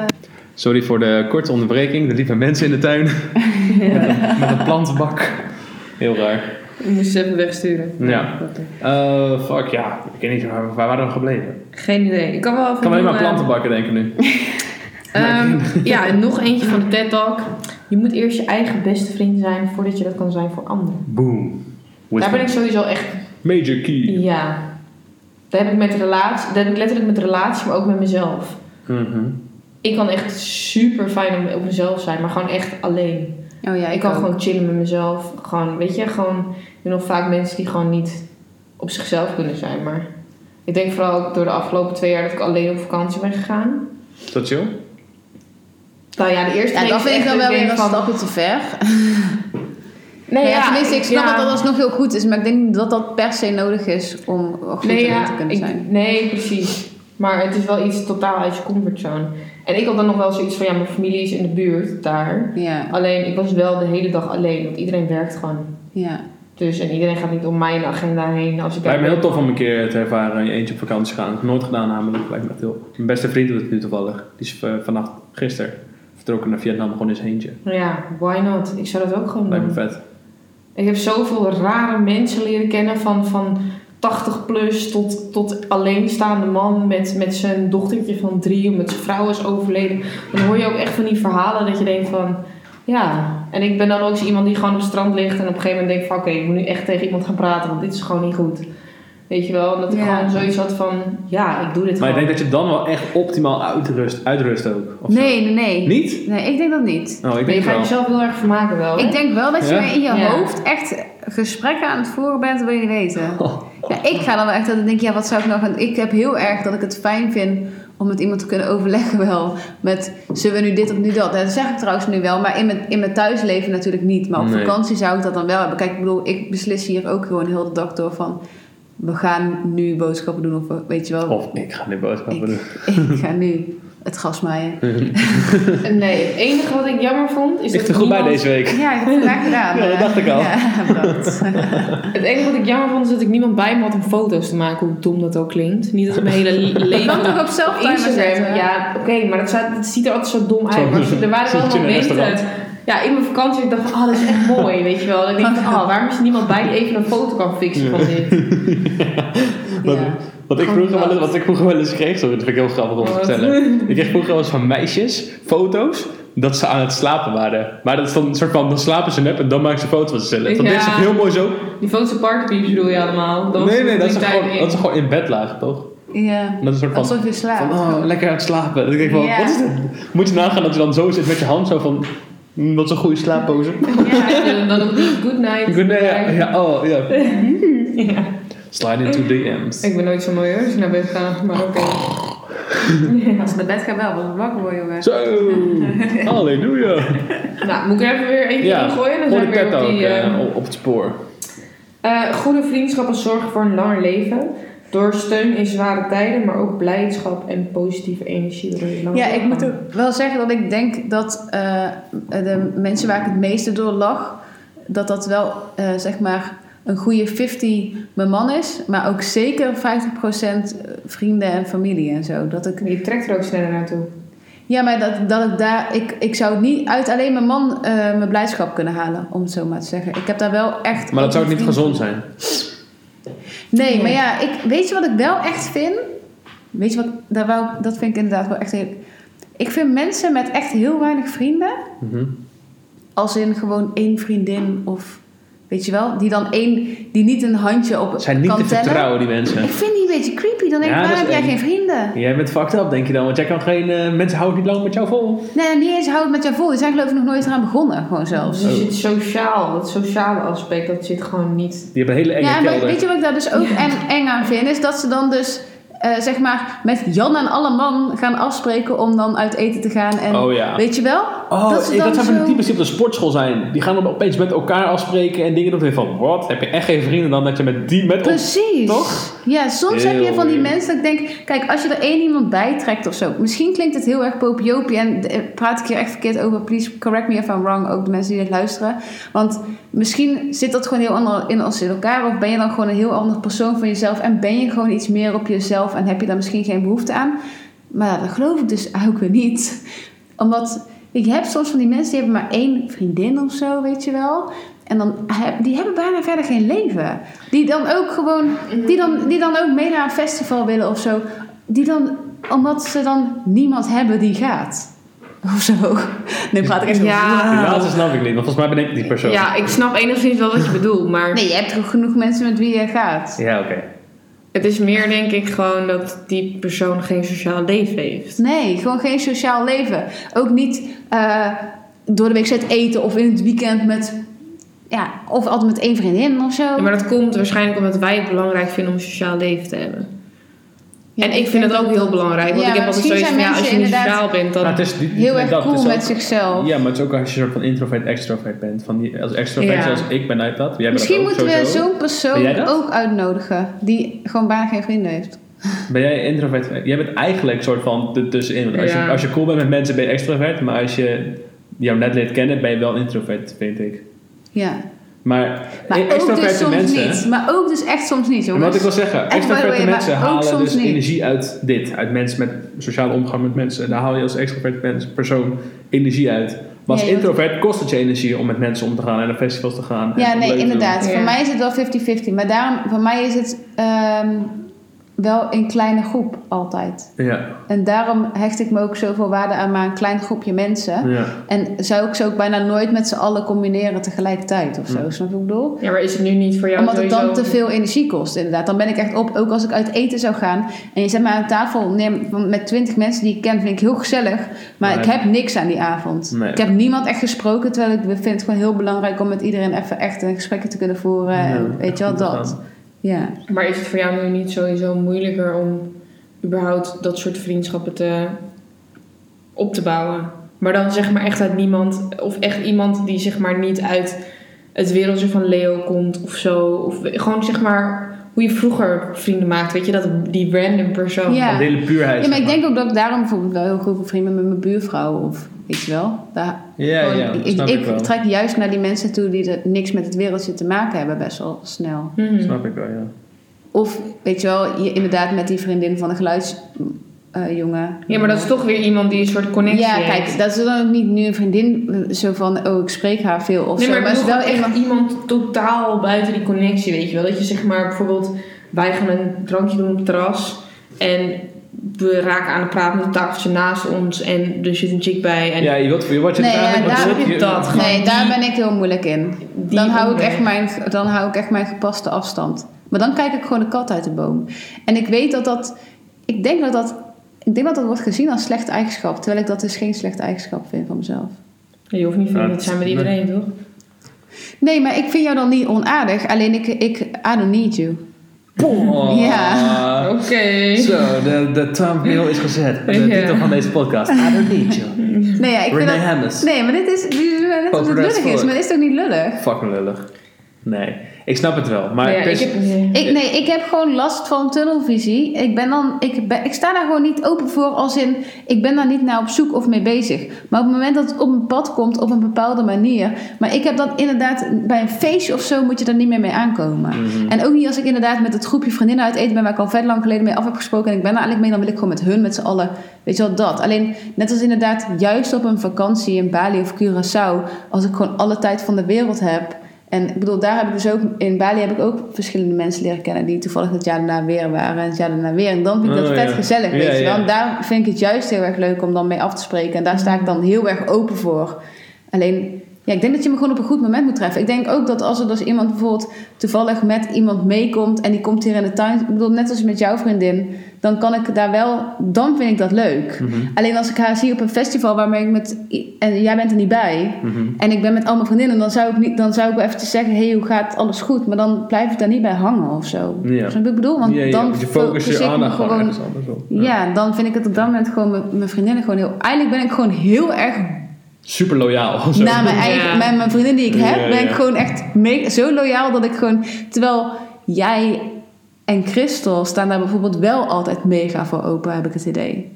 Sorry voor de korte onderbreking. Er liepen mensen in de tuin. met, een, met een plantenbak. Heel raar. Ik moest ze even wegsturen. Ja. Eh, fuck, ja. Ik weet niet, waar, waar waren we gebleven? Geen idee. Ik kan wel even. Ik kan alleen maar noemen- plantenbakken denken nu. Ehm, ja, en nog eentje van de TED Talk. Je moet eerst je eigen beste vriend zijn voordat je dat kan zijn voor anderen. Boom. With Daar ben ik sowieso echt. Major key. Ja. Dat heb ik met relatie. Dat heb ik letterlijk met relatie, maar ook met mezelf. Mhm. Ik kan echt super fijn om op mezelf zijn, maar gewoon echt alleen. Oh ja, ik kan gewoon chillen met mezelf. Gewoon, weet je, gewoon. Er zijn nog vaak mensen die gewoon niet op zichzelf kunnen zijn, maar. Ik denk vooral ook door de afgelopen twee jaar dat ik alleen op vakantie ben gegaan. Is dat chill? Nou ja, de eerste Ja, week dat is vind ik echt dan dat wel weer denk een van- stapje te ver. Nee, ja, tenminste, ik snap ja. dat dat nog heel goed is, maar ik denk niet dat dat per se nodig is om goed nee, erin ja, te kunnen ik- zijn. Nee, precies. Maar het is wel iets totaal uit je comfortzone. En ik had dan nog wel zoiets van, ja, mijn familie is in de buurt daar. Ja, Alleen, ik was wel de hele dag alleen, want iedereen werkt gewoon. ja. Dus, en iedereen gaat niet om mijn agenda heen. Als ik daar Lijkt me ben. heel tof om een keer te ervaren. Je eentje op vakantie gaan. Heb ik nooit gedaan namelijk. Lijkt me echt heel... Mijn beste vriend doet het nu toevallig. Die is eh, vannacht, gisteren, vertrokken naar Vietnam. Gewoon in zijn eentje. Ja, why not? Ik zou dat ook gewoon Lijkt me doen. vet. Ik heb zoveel rare mensen leren kennen. Van, van 80 plus tot, tot alleenstaande man met, met zijn dochtertje van drie. Omdat zijn vrouw is overleden. Dan hoor je ook echt van die verhalen dat je denkt van... Ja, en ik ben dan ook zo iemand die gewoon op het strand ligt. En op een gegeven moment denkt van... Oké, ik moet nu echt tegen iemand gaan praten. Want dit is gewoon niet goed. Weet je wel? En dat ik Ja. gewoon zoiets had van... Ja, ik doe dit Maar ik gewoon. denk dat je dan wel echt optimaal uitrust, uitrust ook. of zo. Nee, nee, nee. Niet? Nee, ik denk dat niet. Oh, ik Maar je denk gaat wel. jezelf heel erg vermaken wel. Oh, hè? Ik denk wel dat je Ja? in je Ja. hoofd echt gesprekken aan het voeren bent, dat wil je niet weten. Ja, ik ga dan wel echt altijd denken, ja, wat zou ik nou gaan... Ik heb heel erg dat ik het fijn vind om met iemand te kunnen overleggen wel. Met, zullen we nu dit of nu dat? Dat zeg ik trouwens nu wel, maar in mijn, in mijn thuisleven natuurlijk niet. Maar op Nee. vakantie zou ik dat dan wel hebben. Kijk, ik bedoel, ik beslis hier ook gewoon heel de dag door van... We gaan nu boodschappen doen of we- weet je wel... Of ik ga nu boodschappen doen. ik, ik ga nu het gas maaien. Nee, het enige wat ik jammer vond... Is Ligt dat er goed bij niemand- deze week. Ja, ik heb het vandaag gedaan. Ja, dat dacht ik al. Ja, bedankt. Het enige wat ik jammer vond is dat ik niemand bij me had om foto's te maken, hoe dom dat ook klinkt. Niet dat ik mijn hele le- Je kan leven toch op zelftimer zetten? Ja, oké, maar dat, zou- dat ziet er altijd zo dom uit. Zo. Maar er waren wel Zit je momenten. in een restaurant? Ja, ja, in mijn vakantie dacht ik, oh, dat is echt mooi, weet je wel. Dan denk ik, oh, waarom is er niemand bij die even een foto kan fixen van dit? Wat, Ja. wat, ik vroeger wel, eens- wat ik vroeger wel eens kreeg, sorry, dat vind ik heel grappig om te Wat? vertellen. Ik kreeg vroeger wel eens van meisjes foto's dat ze aan het slapen waren. Maar dat is dan een soort van, dan slapen ze nep en dan maken ze foto's van zichzelf. Dan Ja. deed ze het heel mooi zo. Die foto's partypies bedoel je allemaal? Dan was Nee, het nee, dat ze, die tijd gewoon, in. dat ze gewoon in bed lagen, toch? Ja. Dat is een soort van, Alsof je slaapt. van oh, lekker aan het slapen. Dan denk ik wel, Ja. wat is dit? Moet je nagaan dat je dan zo zit met je hand zo van, "Mm, wat is een goede slaappose. Ja, en dan op die good night. Good night. Ja, ja, oh, ja. Ja. Slide into DMs. Ik ben nooit zo mooi hoor, als je naar bed gaat, maar oké. Ja. Als ik naar bed ga wel, want ik wakker word, jongen. Zo, halleluja. Nou, moet ik er even weer eentje Ja, in gooien? Dan voor de zijn we weer pet op ook, die... eh, ehm, eh, op- op het spoor. Eh, goede vriendschappen zorgen voor een langer leven. Door steun in zware tijden, maar ook blijdschap en positieve energie. waardoor je langer Ja, ik moet doorgaat. ook wel zeggen dat ik denk dat eh, de mensen waar ik het meeste door lag, dat dat wel eh, zeg maar een goede 50 mijn man is, maar ook zeker 50% vrienden en familie en zo. Dat ik, Je trekt er ook sneller naartoe. ja, maar dat, dat ik daar, ik, ik zou het niet uit alleen mijn man eh, mijn blijdschap kunnen halen, om het zo maar te zeggen. Ik heb daar wel echt. Maar dat zou ook niet vrienden- gezond zijn. Nee, Nee. maar ja, ik, weet je wat ik wel echt vind? Weet je wat, daar wou, ik- dat vind ik inderdaad wel echt heel... Ik vind mensen met echt heel weinig vrienden, Mhm. als in gewoon één vriendin of weet je wel, die dan één, die niet een handje op Zijn niet kan te tellen. vertrouwen, die mensen. Ik vind die een beetje creepy. Dan denk ik, Ja, waarom heb dat is jij eng. geen vrienden? Jij bent fucked up, denk je dan. Want jij kan geen... eh, mensen houden niet lang met jou vol. Nee, niet eens houden met jou vol. Die zijn geloof ik nog nooit eraan begonnen, gewoon zelfs. Dus je zit sociaal, dat sociale aspect, dat zit gewoon niet. Die hebben een hele enge Ja, maar kelder. weet je wat ik daar dus ook en, eng aan vind? Is dat ze dan dus, eh, zeg maar, met Jan en alle man gaan afspreken om dan uit eten te gaan. En Oh ja. Weet je wel? Oh, dat dat, ze dan zijn van zo- die types die op de sportschool zijn. Die gaan dan opeens met elkaar afspreken en dingen doen. Dan denk je van, wat? Heb je echt geen vrienden dan dat je met die... Met Precies. Toch? Ja, soms Heel heb je van die weird. mensen dat ik denk... Kijk, als je er één iemand bij trekt of zo... Misschien klinkt het heel erg popiopie en eh, praat ik hier echt verkeerd over. Please correct me if I'm wrong, ook de mensen die dit luisteren. Want misschien zit dat gewoon heel anders in als in elkaar. Of ben je dan gewoon een heel ander persoon van jezelf... en ben je gewoon iets meer op jezelf... en heb je daar misschien geen behoefte aan. Maar dat geloof ik dus ook weer niet. Omdat... Je hebt soms van die mensen die hebben maar één vriendin of zo, weet je wel. En dan, heb- die hebben bijna verder geen leven. Die dan ook gewoon, die dan, die dan ook mee naar een festival willen of zo. Die dan, omdat ze dan niemand hebben die gaat. Of zo. Nee, praat ik echt over. Ja, dat snap ik niet. Want volgens mij ben ik die persoon. ja, ik snap enigszins wel wat je bedoelt, maar Nee, je hebt toch genoeg mensen met wie je gaat. Ja, oké. het is meer denk ik gewoon dat die persoon geen sociaal leven heeft. Nee, gewoon geen sociaal leven. Ook niet eh, door de week zet eten of in het weekend met... Ja, of altijd met één vriendin of zo. Ja, maar dat komt waarschijnlijk omdat wij het belangrijk vinden om een sociaal leven te hebben. Ja, en ik denk vind het ook heel belangrijk, want Ja, ik heb maar altijd misschien zoiets zijn van, ja, als je mensen niet inderdaad- sociaal bent, dan... Maar het is niet- Heel erg dat is cool ook- met zichzelf. Ja, maar het is ook als je soort van introvert, extrovert bent. Van die, als extrovert Ja. zoals ik ben uit dat. Jij bent Misschien dat ook moeten we sowieso. zo'n Ben jij persoon dat? ook uitnodigen. Die gewoon bijna geen vrienden heeft. Ben jij introvert? Jij bent eigenlijk een soort van er tussenin. Want als, Ja. je, als je cool bent met mensen ben je extrovert. Maar als je jou net leert kennen ben je wel introvert, vind ik. Ja. Maar, e- Maar ook extroverte dus soms mensen... niet. Maar ook dus echt soms niet, En Wat jongens. ik wil zeggen, by the extroverte way, mensen maar ook halen soms dus niet. energie uit dit. Uit mensen met sociale omgang met mensen. En daar haal je als extrovert mens, persoon energie uit. Maar als Ja, je wilt- introvert kost het je energie om met mensen om te gaan en naar festivals te gaan. en Ja, het nee, leuk te doen. inderdaad. Ja. Voor mij is het wel 50-50. Maar daarom, voor mij is het ehm, wel een kleine groep altijd. Ja, En daarom hecht ik me ook zoveel waarde aan maar een klein groepje mensen. ja. En zou ik ze ook bijna nooit met z'n allen combineren tegelijkertijd of zo. Hm. Snap je wat ik bedoel? Ja, maar is het nu niet voor jou Omdat het dan sowieso- te veel energie kost, inderdaad. Dan ben ik echt op, ook als ik uit eten zou gaan. En je zet me aan tafel neem, van- met twintig mensen die ik ken, vind ik heel gezellig. Maar Nee. ik heb niks aan die avond. Nee. Ik heb niemand echt gesproken, terwijl ik vind het gewoon heel belangrijk om met iedereen even echt een gesprekje te kunnen voeren. en Ja, weet je wel, goed te dat. gaan. Ja. Maar is het voor jou nu niet sowieso moeilijker om überhaupt dat soort vriendschappen te, op te bouwen? Maar dan zeg maar echt uit niemand, of echt iemand die zeg maar niet uit het wereldje van Leo komt of zo. Of gewoon zeg maar hoe je vroeger vrienden maakt, weet je, dat die random persoon. Ja. Van De hele puurheid. ja, maar ik zeg denk ook dat ik daarom bijvoorbeeld wel heel goed ben vrienden met mijn buurvrouw of weet je wel. Daar, maar. Ja, gewoon- ja, dat ik, snap ik, ik wel. trek juist naar die mensen toe die er niks met het wereldje te maken hebben, best wel snel. Hmm. Snap ik wel, ja. Of weet je wel, je inderdaad met die vriendin van de geluids. eh, jongen. Ja, maar dat is toch weer iemand die een soort connectie Ja, heeft. kijk, dat is dan ook niet nu een vriendin eh, zo van, oh, ik spreek haar veel of nee, zo. maar, Maar ik het is bedoel wel gewoon iemand... echt iemand totaal buiten die connectie, weet je wel. Dat je zeg maar bijvoorbeeld, wij gaan een drankje doen op het terras en we raken aan het praten met het tafeltje naast ons en er zit een chick bij. En Ja, je wilt, je wordt je Nee, tranen, ja, maar daar je Ah, wilt- heb je dat. gewoon Nee, die- daar ben ik heel moeilijk in. die Dan hou, ik onder. echt mijn, dan hou ik echt mijn gepaste afstand. Maar dan kijk ik gewoon de kat uit de boom. En ik weet dat dat... Ik denk dat dat, ik denk dat, dat wordt gezien als slechte eigenschap. Terwijl ik dat dus geen slechte eigenschap vind van mezelf. Je hoeft niet van, Ja, dat zijn met nee. iedereen toch? Nee, maar ik vind jou dan niet onaardig. Alleen ik, ik I don't need you. Boah. Ja. Oké. Zo, de, de thumbnail is gezet. De Ja. titel van deze podcast. I don't need you. Nee, ja, ik vind Renee dat- Hammes. Nee, maar dit is, dit is net als het Populair lullig is. volk. Maar dit is toch niet lullig? Fucking lullig. Nee, ik snap het wel. Maar Maar Nou ja, het ik is- heb, ja. Ik, nee, ik heb gewoon last van tunnelvisie. Ik, ben dan, ik, ben, ik sta daar gewoon niet open voor als in... Ik ben daar niet naar op zoek of mee bezig. Maar op het moment dat het op mijn pad komt op een bepaalde manier... Maar ik heb dan inderdaad... Bij een feestje of zo moet je daar niet meer mee aankomen. Mhm. En ook niet als ik inderdaad met het groepje vriendinnen uit eten ben... waar ik al vet lang geleden mee af heb gesproken... en ik ben daar eigenlijk mee, dan wil ik gewoon met hun, met z'n allen... Weet je wel, dat. Alleen, net als inderdaad juist op een vakantie in Bali of Curaçao... als ik gewoon alle tijd van de wereld heb... En ik bedoel, daar heb ik dus ook, in Bali heb ik ook verschillende mensen leren kennen die toevallig het jaar daarna weer waren en het jaar daarna weer. En dan vind ik dat Oh, vet ja. gezellig, Ja, weet je wel. ja. En daar vind ik het juist heel erg leuk om dan mee af te spreken. En daar sta ik dan heel erg open voor. Alleen, ja, ik denk dat je me gewoon op een goed moment moet treffen. Ik denk ook dat als er dus iemand bijvoorbeeld toevallig met iemand meekomt en die komt hier in de tuin, ik bedoel, net als met jouw vriendin, dan kan ik daar wel, dan vind ik dat leuk. Mhm. Alleen als ik haar zie op een festival waarmee ik met, en jij bent er niet bij, Mhm. en ik ben met al mijn vriendinnen, dan zou ik, niet, dan zou ik wel eventjes zeggen: hé, hey, hoe gaat alles goed? Maar dan blijf ik daar niet bij hangen of zo. Ja. Snap je wat ik bedoel? Want Ja, ja, dan want je focus je ik me aandacht gewoon gewoon- ergens anders op. Ja. dan vind ik het op dat moment gewoon met mijn vriendinnen gewoon heel. Eigenlijk ben ik gewoon heel erg Super loyaal. Zo. na mijn eigen, Ja. met mijn vriendin die ik heb, Ja, ben ik ja. gewoon echt me- zo loyaal dat ik gewoon. Terwijl jij en Christel staan daar bijvoorbeeld wel altijd mega voor open, heb ik het idee.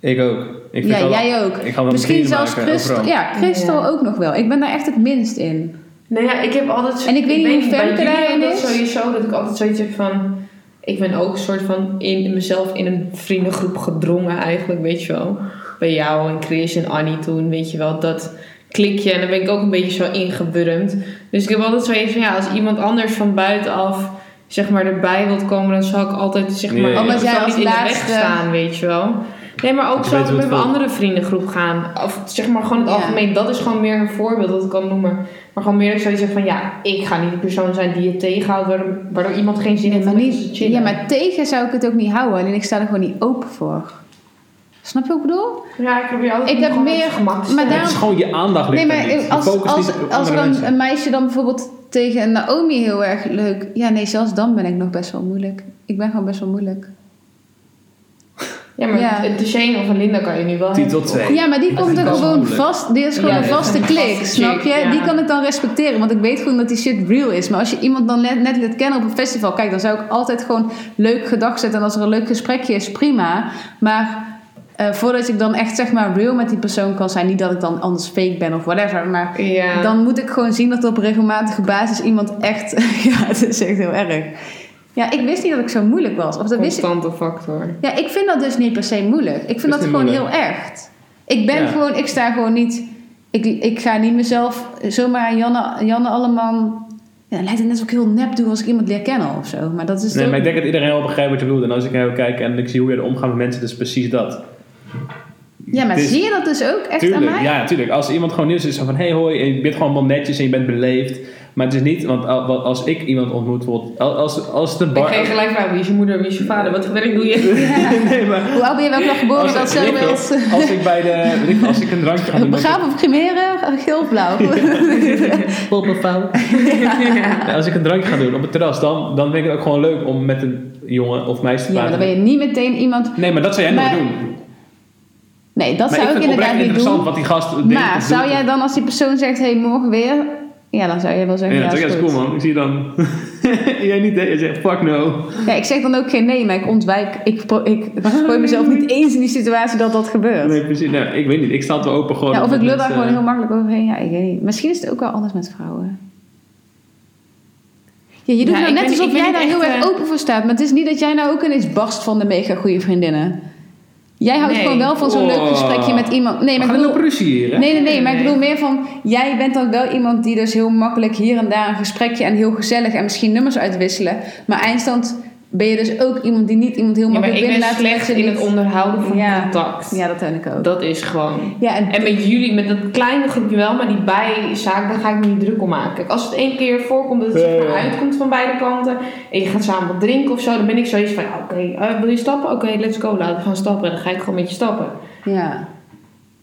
Ik ook. Ik vind ja, wel- jij ook. Ik ga wel Misschien vrienden zelfs maken, Christel, overal. ja, Christel Ja. ook nog wel. Ik ben daar echt het minst in. Nou ja, ik heb altijd... zo- En ik weet niet hoe bij Femke jullie daarin dat is. sowieso dat ik altijd zoiets heb van... Ik ben ook een soort van in mezelf in een vriendengroep gedrongen eigenlijk, weet je wel. Bij jou en Chris en Annie toen, weet je wel. Dat klikje en dan ben ik ook een beetje zo ingeburmd. Dus ik heb altijd zoiets van, ja, als iemand anders van buitenaf zeg maar erbij wilt komen... dan zal ik altijd zeg maar Ja, ja. ik Omdat Oh, jij zal als niet in de weg laatste- staan, weet je wel. Nee, maar ook Je zo weet met hoe het mijn voelt. andere vriendengroep gaan. Of zeg maar gewoon het Ja. algemeen. Dat is gewoon meer een voorbeeld dat ik kan noemen. Maar gewoon meer dat ik zoiets zeg van ja, ik ga niet de persoon zijn die je tegenhoudt. Waardoor, waardoor iemand geen zin Nee, heeft maar om met je te niet, chillen. ja, maar tegen zou ik het ook niet houden. Alleen ik sta er gewoon niet open voor. Snap je wat ik bedoel? Ja, ik heb hier altijd Ik heb gewoon meer- op gemak te maar staan. Het is gewoon je aandacht Oh, Nee, ligt maar er niet. Je als, focus als, niet op als er andere dan mensen. een meisje dan bijvoorbeeld tegen Naomi heel erg leuk... Ja, nee, zelfs dan ben ik nog best wel moeilijk. Ik ben gewoon best wel moeilijk. Ja, maar Ja. de Shane of een Linda kan je nu wel Titel hebben. 2. Ja, maar die komt vind er ik wel gewoon moeilijk. vast. Die is gewoon Ja, een die vaste is een vaste klik, snap je? chick, ja. Die kan ik dan respecteren, want ik weet gewoon dat die shit real is. Maar als je iemand dan net, net leert kennen op een festival, kijk, dan zou ik altijd gewoon leuk gedag zetten. En als er een leuk gesprekje is, prima. Maar eh, voordat ik dan echt zeg maar real met die persoon kan zijn, niet dat ik dan anders fake ben of whatever, maar Ja. dan moet ik gewoon zien dat op regelmatige basis iemand echt. ja, het is echt heel erg. Ja, ik wist niet dat ik zo moeilijk was. Of dat wist ik constante factor. ja, ik vind dat dus niet per se moeilijk. Ik Is vind dat niet gewoon moeilijk. heel echt. Ik ben Ja. gewoon, ik sta gewoon niet. Ik, ik ga niet mezelf zomaar Janne, Janne Alleman. Ja, dan lijkt het net alsof ik heel nep doe als ik iemand leer kennen of zo. Maar dat is Nee, toch- maar ik denk dat iedereen wel begrijpt wat je bedoelt. En als ik naar jou kijk en ik zie hoe jij er omgaat met mensen, dat is precies dat. ja, maar het is- zie je dat dus ook echt tuurlijk, aan mij? ja, tuurlijk. Als iemand gewoon nieuws is zo van, hey hoi, en je bent gewoon wel netjes en je bent beleefd. Maar het is niet, want al- wat- als ik iemand ontmoet, bijvoorbeeld, al- als, als de Ik bar... kreeg gelijk vragen, wie is je moeder, wie is je vader, wat voor werk doe je? nee, maar... Hoe oud ben je welke dag geboren? als- Dat zelf weet ik is. wel, Als ik bij de, weet ik wel, als ik een drankje ga doen... dan- Begraven of cremeren? Geel blauw. Ja, als ik een drankje ga doen op het terras, dan, dan vind ik het ook gewoon leuk om met een jongen of meisje te Ja, maar praten. dan ben je niet meteen iemand. Nee, maar dat zou jij Maar- nooit doen. Nee, dat maar zou ik, ik vind het inderdaad oprecht niet interessant doen. wat die gast deed. Maar doet. zou jij dan als die persoon zegt: hé, hey, morgen weer. Ja, dan zou je wel zeggen: Ja, ja, dat is is goed. cool man. Ik zie je dan... jij niet, hè? Je zegt fuck no. Ja, ik zeg dan ook geen nee, maar ik ontwijk. Ik, pro- ik gooi mezelf niet eens in die situatie dat dat gebeurt. Nee, precies. Nee, ik weet niet. Ik sta te open gewoon. ja, of met ik lul daar mensen. gewoon heel makkelijk overheen. Ja, ik weet niet. Misschien is het ook wel anders met vrouwen. Ja, je doet Ja, nou ik net ben- alsof ik ben jij niet daar heel echt, erg eh, open voor staat. Maar het is niet dat jij nou ook ineens barst van de mega goede vriendinnen. Jij houdt Nee. gewoon wel van zo'n leuk Oh. gesprekje met iemand. Nee, We maar ik gaan nou niet bedoel, op ruzie hier, hè? nee, nee, nee, maar ik Nee. bedoel meer van... Jij bent dan wel iemand die dus heel makkelijk hier en daar een gesprekje... en heel gezellig en misschien nummers uitwisselen. Maar eindstand ben je dus ook iemand die niet iemand heel Ja, maar makkelijk binnen ik ben laat. slecht mensen in die- het onderhouden van Ja. contact. Ja, dat heb ik ook. Dat is gewoon. Ja, en, En met jullie, met dat kleine groepje wel, maar die bijzaak, daar ga ik me niet druk om maken. Kijk, als het één keer voorkomt dat het Ja, ja, zeg ja. maar uitkomt van beide kanten en je gaat samen wat drinken of zo, dan ben ik zoiets van: oké, eh, wil je stappen? Oké, let's go, laten we gaan stappen. Dan ga ik gewoon met je stappen. ja.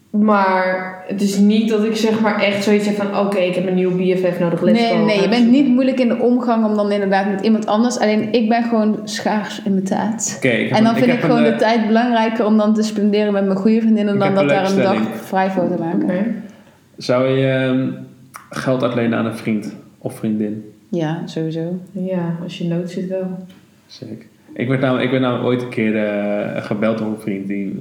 Maar het is niet dat ik zeg maar echt zoiets heb van: oké, ik heb een nieuw BFF nodig, let's Nee, go. nee, je bent niet moeilijk in de omgang om dan inderdaad met iemand anders. Alleen ik ben gewoon schaars in mijn taart. Oké, ik heb En dan een- vind ik, heb gewoon een, de eh, tijd belangrijker om dan te spenderen met mijn goede vriendinnen Ik dan heb dat een daar leuke een dag stelling. vrij voor te maken. Oké. Zou je ehm, geld uitlenen aan een vriend of vriendin? Ja, sowieso. Ja, als je nood zit wel. Zeker. Ik werd namelijk, ik werd namelijk ooit een keer eh, gebeld door een vriend die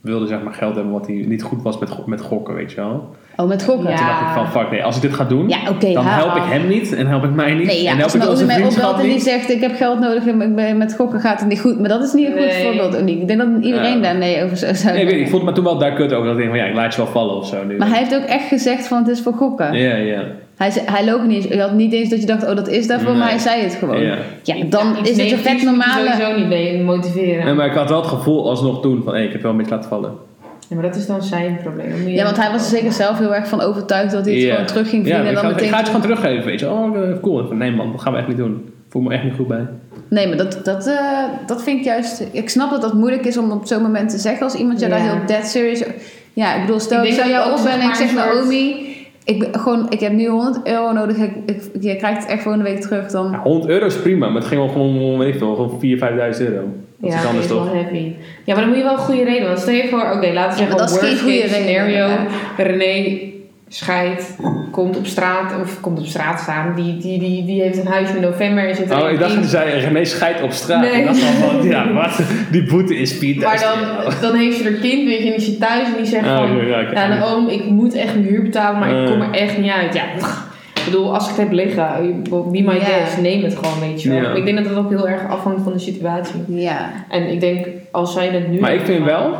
wilde zeg maar geld hebben wat hij niet goed was met, go- met gokken, weet je wel. Oh, met gokken. Ja. Toen dacht ik van, fuck nee, als ik dit ga doen, Ja, oké, dan ha. help ik hem niet en help ik mij niet. Nee, en ja, help als ik mijn oom onze mij opbelt vriendschap en die niet. zegt ik heb geld nodig en ik ben- met gokken gaat het niet goed. Maar dat is niet een goed Nee. voorbeeld, Uniek. Ik denk dat iedereen Ja. daar nee over zou zijn. Nee, ik weet niet, ik vond het me toen wel daar kut over. Dat ik denk van, ja, ik laat je wel vallen of zo nu. maar hij heeft ook echt gezegd van het is voor gokken. Ja, ja. Hij, zei- hij loog niet eens. Je had niet eens dat je dacht, oh dat is daarvoor, Nee. maar hij zei het gewoon. Ja. Ja, dan Ja, iets is het een vet negatiefs moet je normale... sowieso niet mee motiveren. Nee, maar ik had wel het gevoel alsnog toen van, hé, ik heb wel een beetje laten vallen. Ja, maar dat is dan zijn probleem. Dan moet je- Ja, want hij was er zeker zelf heel erg van overtuigd dat hij het Ja. gewoon terug ging Ja, verdienen. en ik ga, dan ik meteen... ga het gewoon teruggeven, weet je. Oh, eh, cool. Ik van, nee man, dat gaan we echt niet doen. Voel me echt niet goed bij. Nee, maar dat, dat, eh, dat vind ik juist... Ik snap dat dat moeilijk is om op zo'n moment te zeggen als iemand jou Ja. daar heel dead serious... Ja, ik bedoel, Ik stel ik, denk zou dat jou ook, opbellen en zeg ik zeg maar, een soort- Naomi... Ik, ben gewoon, ik heb nu 100 euro nodig. Ik, ik- je krijgt het echt volgende week terug. Dan, Ja, 100 euro is prima, maar het ging wel gewoon, weet ik veel, gewoon 4.000, 5.000 euro. Dat ja, is oké, anders wel toch? heavy. Ja, maar dan moet je wel een goede reden. Want stel je voor, oké, laten we Ja, maar zeggen, dat is geen worst goede case reden, scenario. inderdaad. René scheidt, komt op straat, of komt op straat staan. Die, die, die, die heeft een huisje in november en zit er Oh, ik dacht dat in. hij zei, René scheidt op straat. Nee. Ik dacht al van, ja, wat? Die boete is 4.000 Maar dan, euro. dan heeft ze haar kind, weet je, en die zit thuis en die zegt Ah, van... oké, ja, ik- Ja, nou, oom, ik moet echt mijn huur betalen, maar ik Eh. kom er echt niet uit. Ja, ik bedoel, als ik het heb liggen, eh, be my Ja. guest, neem het gewoon, weet je wel. Ja. Ik denk dat dat ook heel erg afhangt van de situatie. ja. En ik denk, als zij dat nu... Maar ik vind wel,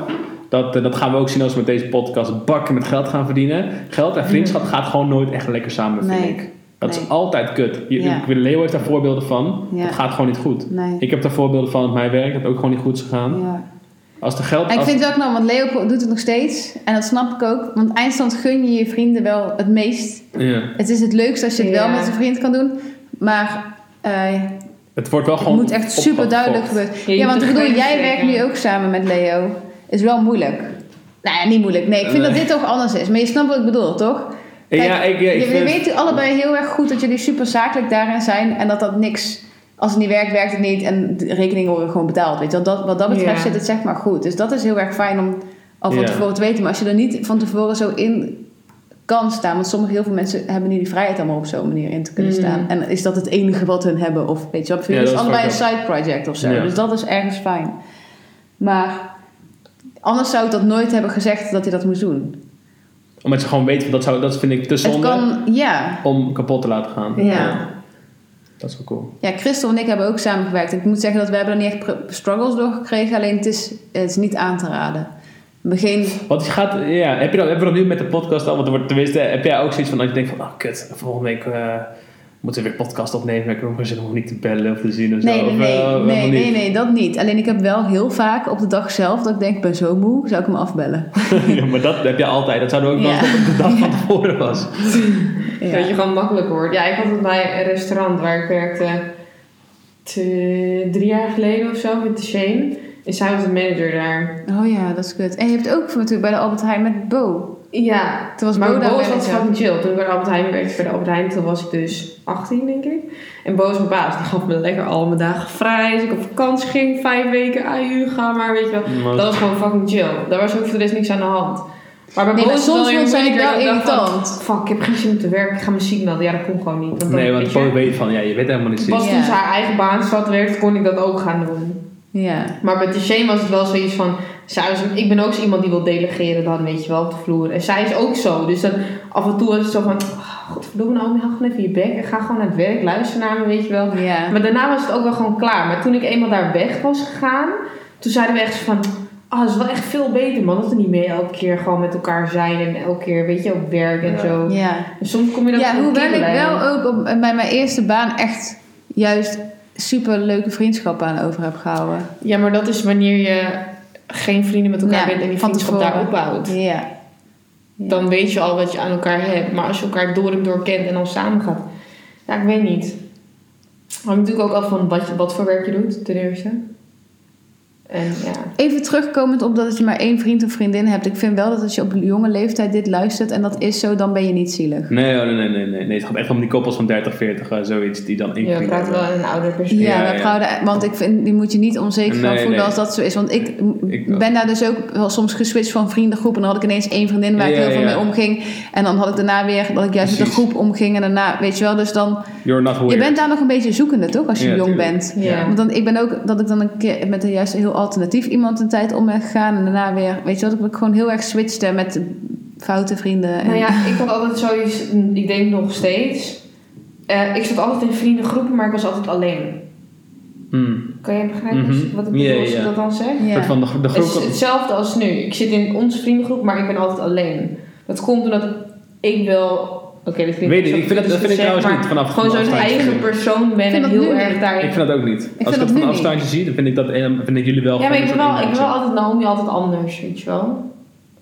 dat, eh, dat gaan we ook zien als we met deze podcast bakken met geld gaan verdienen. Geld en vriendschap gaat gewoon nooit echt lekker samen, vind Nee. ik. Dat is Nee. altijd kut. Je, Ja. ik bedoel, Leo heeft daar voorbeelden van. Ja. Dat gaat gewoon niet goed. Nee. Ik heb daar voorbeelden van op mijn werk, dat ook gewoon niet goed is gegaan. ja. Als de geld... En ik als- vind het wel knap, want Leo doet het nog steeds. En dat snap ik ook. Want eindstand gun je je vrienden wel het meest. ja. Het is het leukste als je het Ja. wel met een vriend kan doen. Maar eh, Het wordt wel gewoon... het moet echt opgefokt. super duidelijk gebeuren. je Ja, moet want de ik bedoel, grens jij werkt trekken. nu ook samen met Leo. Is wel moeilijk. Nou ja, niet moeilijk. Nee, ik vind dat Nee. dit toch anders is. Maar je snapt wat ik bedoel, toch? Ja, Kijk, ik- ja, ik jullie vind- weten allebei heel erg goed dat jullie super zakelijk daarin zijn. En dat dat niks... Als het niet werkt, werkt het niet. En de rekeningen worden gewoon betaald. Weet je wel. Dat, wat dat betreft Ja. zit het zeg maar goed. Dus dat is heel erg fijn om al van Ja. tevoren te weten. Maar als je er niet van tevoren zo in kan staan. Want sommige heel veel mensen hebben niet die vrijheid om er op zo'n manier in te kunnen Mm. staan. En is dat het enige wat hun hebben? Of weet je wat? Voor Ja, jullie is dat is allebei een vaak side project of zo. Ja. Dus dat is ergens fijn. Maar anders zou ik dat nooit hebben gezegd dat hij dat moest doen. Omdat je gewoon weet, dat, zou, dat vind ik te Het zonde kan, ja. om kapot te laten gaan. Ja. Dat is wel cool. Ja, Christel en ik hebben ook samengewerkt. Ik moet zeggen dat we hebben er niet echt pr- struggles door gekregen. Alleen het is, het is niet aan te raden. Begin, Want je gaat, ja, heb je dat, hebben we dat nu met de podcast al? Want er wordt, tenminste, heb jij ook zoiets van dat je denkt van, oh kut, volgende week eh, moeten we weer podcast opnemen. Maar ik heb ook geen zin om niet te bellen of te zien of Nee, zo. nee, Of, nee, eh, helemaal nee, niet. nee, nee, dat niet. Alleen ik heb wel heel vaak op de dag zelf dat ik denk, ik ben zo moe, zou ik hem afbellen. ja, maar dat heb je altijd. Dat zouden we ook Ja. wel als dat het de dag van tevoren was. Ja. Dat je gewoon makkelijk wordt. Ja, ik had het bij een restaurant waar ik werkte te- drie jaar geleden of zo met de Shane. En zij was de manager daar. Oh ja, dat is kut. En je hebt ook natuurlijk bij de Albert Heijn met Bo. Ja, Toen was maar Bo daar Bo was altijd manager. fucking chill. Toen ik bij de Albert Heijn werkte voor de Albert Heijn, toen was ik dus 18 denk ik. En Bo is mijn baas. Die gaf me lekker al mijn dagen vrij. Als ik op vakantie ging, vijf weken AU, ga maar, weet je wel. Maar- Dat was gewoon fucking chill. Daar was ook voor de rest niks aan de hand. Maar bij Nee, Bo maar is het soms weer vond zij het moeilijker. wel Ik dacht van, irritant. Fuck, ik heb geen zin om te werken. Ik ga me ziek melden. Ja, dat kon gewoon niet. dan- Nee, want weet je. Bo weet van, ja, je weet helemaal niet Pas precies. Ja. toen ze haar eigen baan zat werd, kon ik dat ook gaan doen. Ja. Maar met de Shane was het wel zoiets van... Zij was, ik ben ook zo iemand die wil delegeren dan, weet je wel, op de vloer. En zij is ook zo. Dus dan af en toe was het zo van... Oh, godverdomme, nou, hou gewoon even je bek. En ga gewoon naar het werk, luister naar me, weet je wel. Ja. Maar daarna was het ook wel gewoon klaar. Maar toen ik eenmaal daar weg was gegaan... Toen zeiden we echt zo van... Ah, dat is wel echt veel beter, man. Dat we niet meer elke keer gewoon met elkaar zijn en elke keer, weet je, op werk en Ja. zo. Ja. En soms kom je dan Ja, gewoon hoewel ik kibbelen. wel ook op, eh, bij mijn eerste baan echt juist super leuke vriendschappen aan over heb gehouden. Ja, maar dat is wanneer je geen vrienden met elkaar Ja, bent en die van vriendschap tevoren. daar opbouwt. Ja. Dan weet je al wat je aan elkaar hebt. Maar als je elkaar door en door kent en dan samen gaat. Ja, ik weet niet. Hangt natuurlijk ook af van wat, je- wat voor werk je doet, ten eerste. En ja. Even terugkomend op dat je maar één vriend of vriendin hebt. Ik vind wel dat als je op jonge leeftijd dit luistert en dat is zo, dan ben je niet zielig. Nee, oh, nee, nee, nee, nee, nee. Het gaat echt om die koppels van 30, 40, eh, zoiets die dan één Je vriend praat hebben. wel aan een ouder persoon. Ja, Ja, maar ja. vrouwen- want ik vind, die moet je niet onzeker Nee, van voelen nee. als dat zo is. Want ik, m- Ik ook. ben daar dus ook wel soms geswitcht van vriendengroep. En dan had ik ineens één vriendin waar ik Ja, heel veel ja. mee omging. En dan had ik daarna weer dat ik juist met Precies. een groep omging. En daarna, weet je wel, dus dan... You're not weird. Je bent daar nog een beetje zoekende, toch? Als je Ja, jong tuurlijk. bent. Ja. Want dan, ik ben ook dat ik dan een keer met een juist heel alternatief iemand een tijd om ben gegaan. En daarna weer, weet je wat, ik gewoon heel erg switchte met foute vrienden. En, Nou ja, ik had altijd zoiets, ik denk nog steeds. Eh, ik zat altijd in vriendengroepen, maar ik was altijd alleen. Hmm. Kan jij begrijpen wat- Mhm. wat ik Ja, bedoel als ja. ik dat dan zeg? Ja. Een soort van de, de Het is groep. hetzelfde als nu. Ik zit in onze vriendengroep, maar ik ben altijd alleen. Dat komt omdat ik wel. Oké, dat vind ik Weet ik, zo ik vind dat- dat vind ik gezegd, trouwens maar niet vanaf Gewoon zo'n afstand. eigen persoon Ik ben vind en dat heel nu erg niet. daar. Ik vind dat ook niet. vind Als ik dat dat van nu een niet. afstandje zie, dan vind ik, dat, helemaal- vind ik jullie wel ja, maar gewoon ik een ben soort wel, ik ben wel inbox. altijd Naomi altijd anders, weet je wel.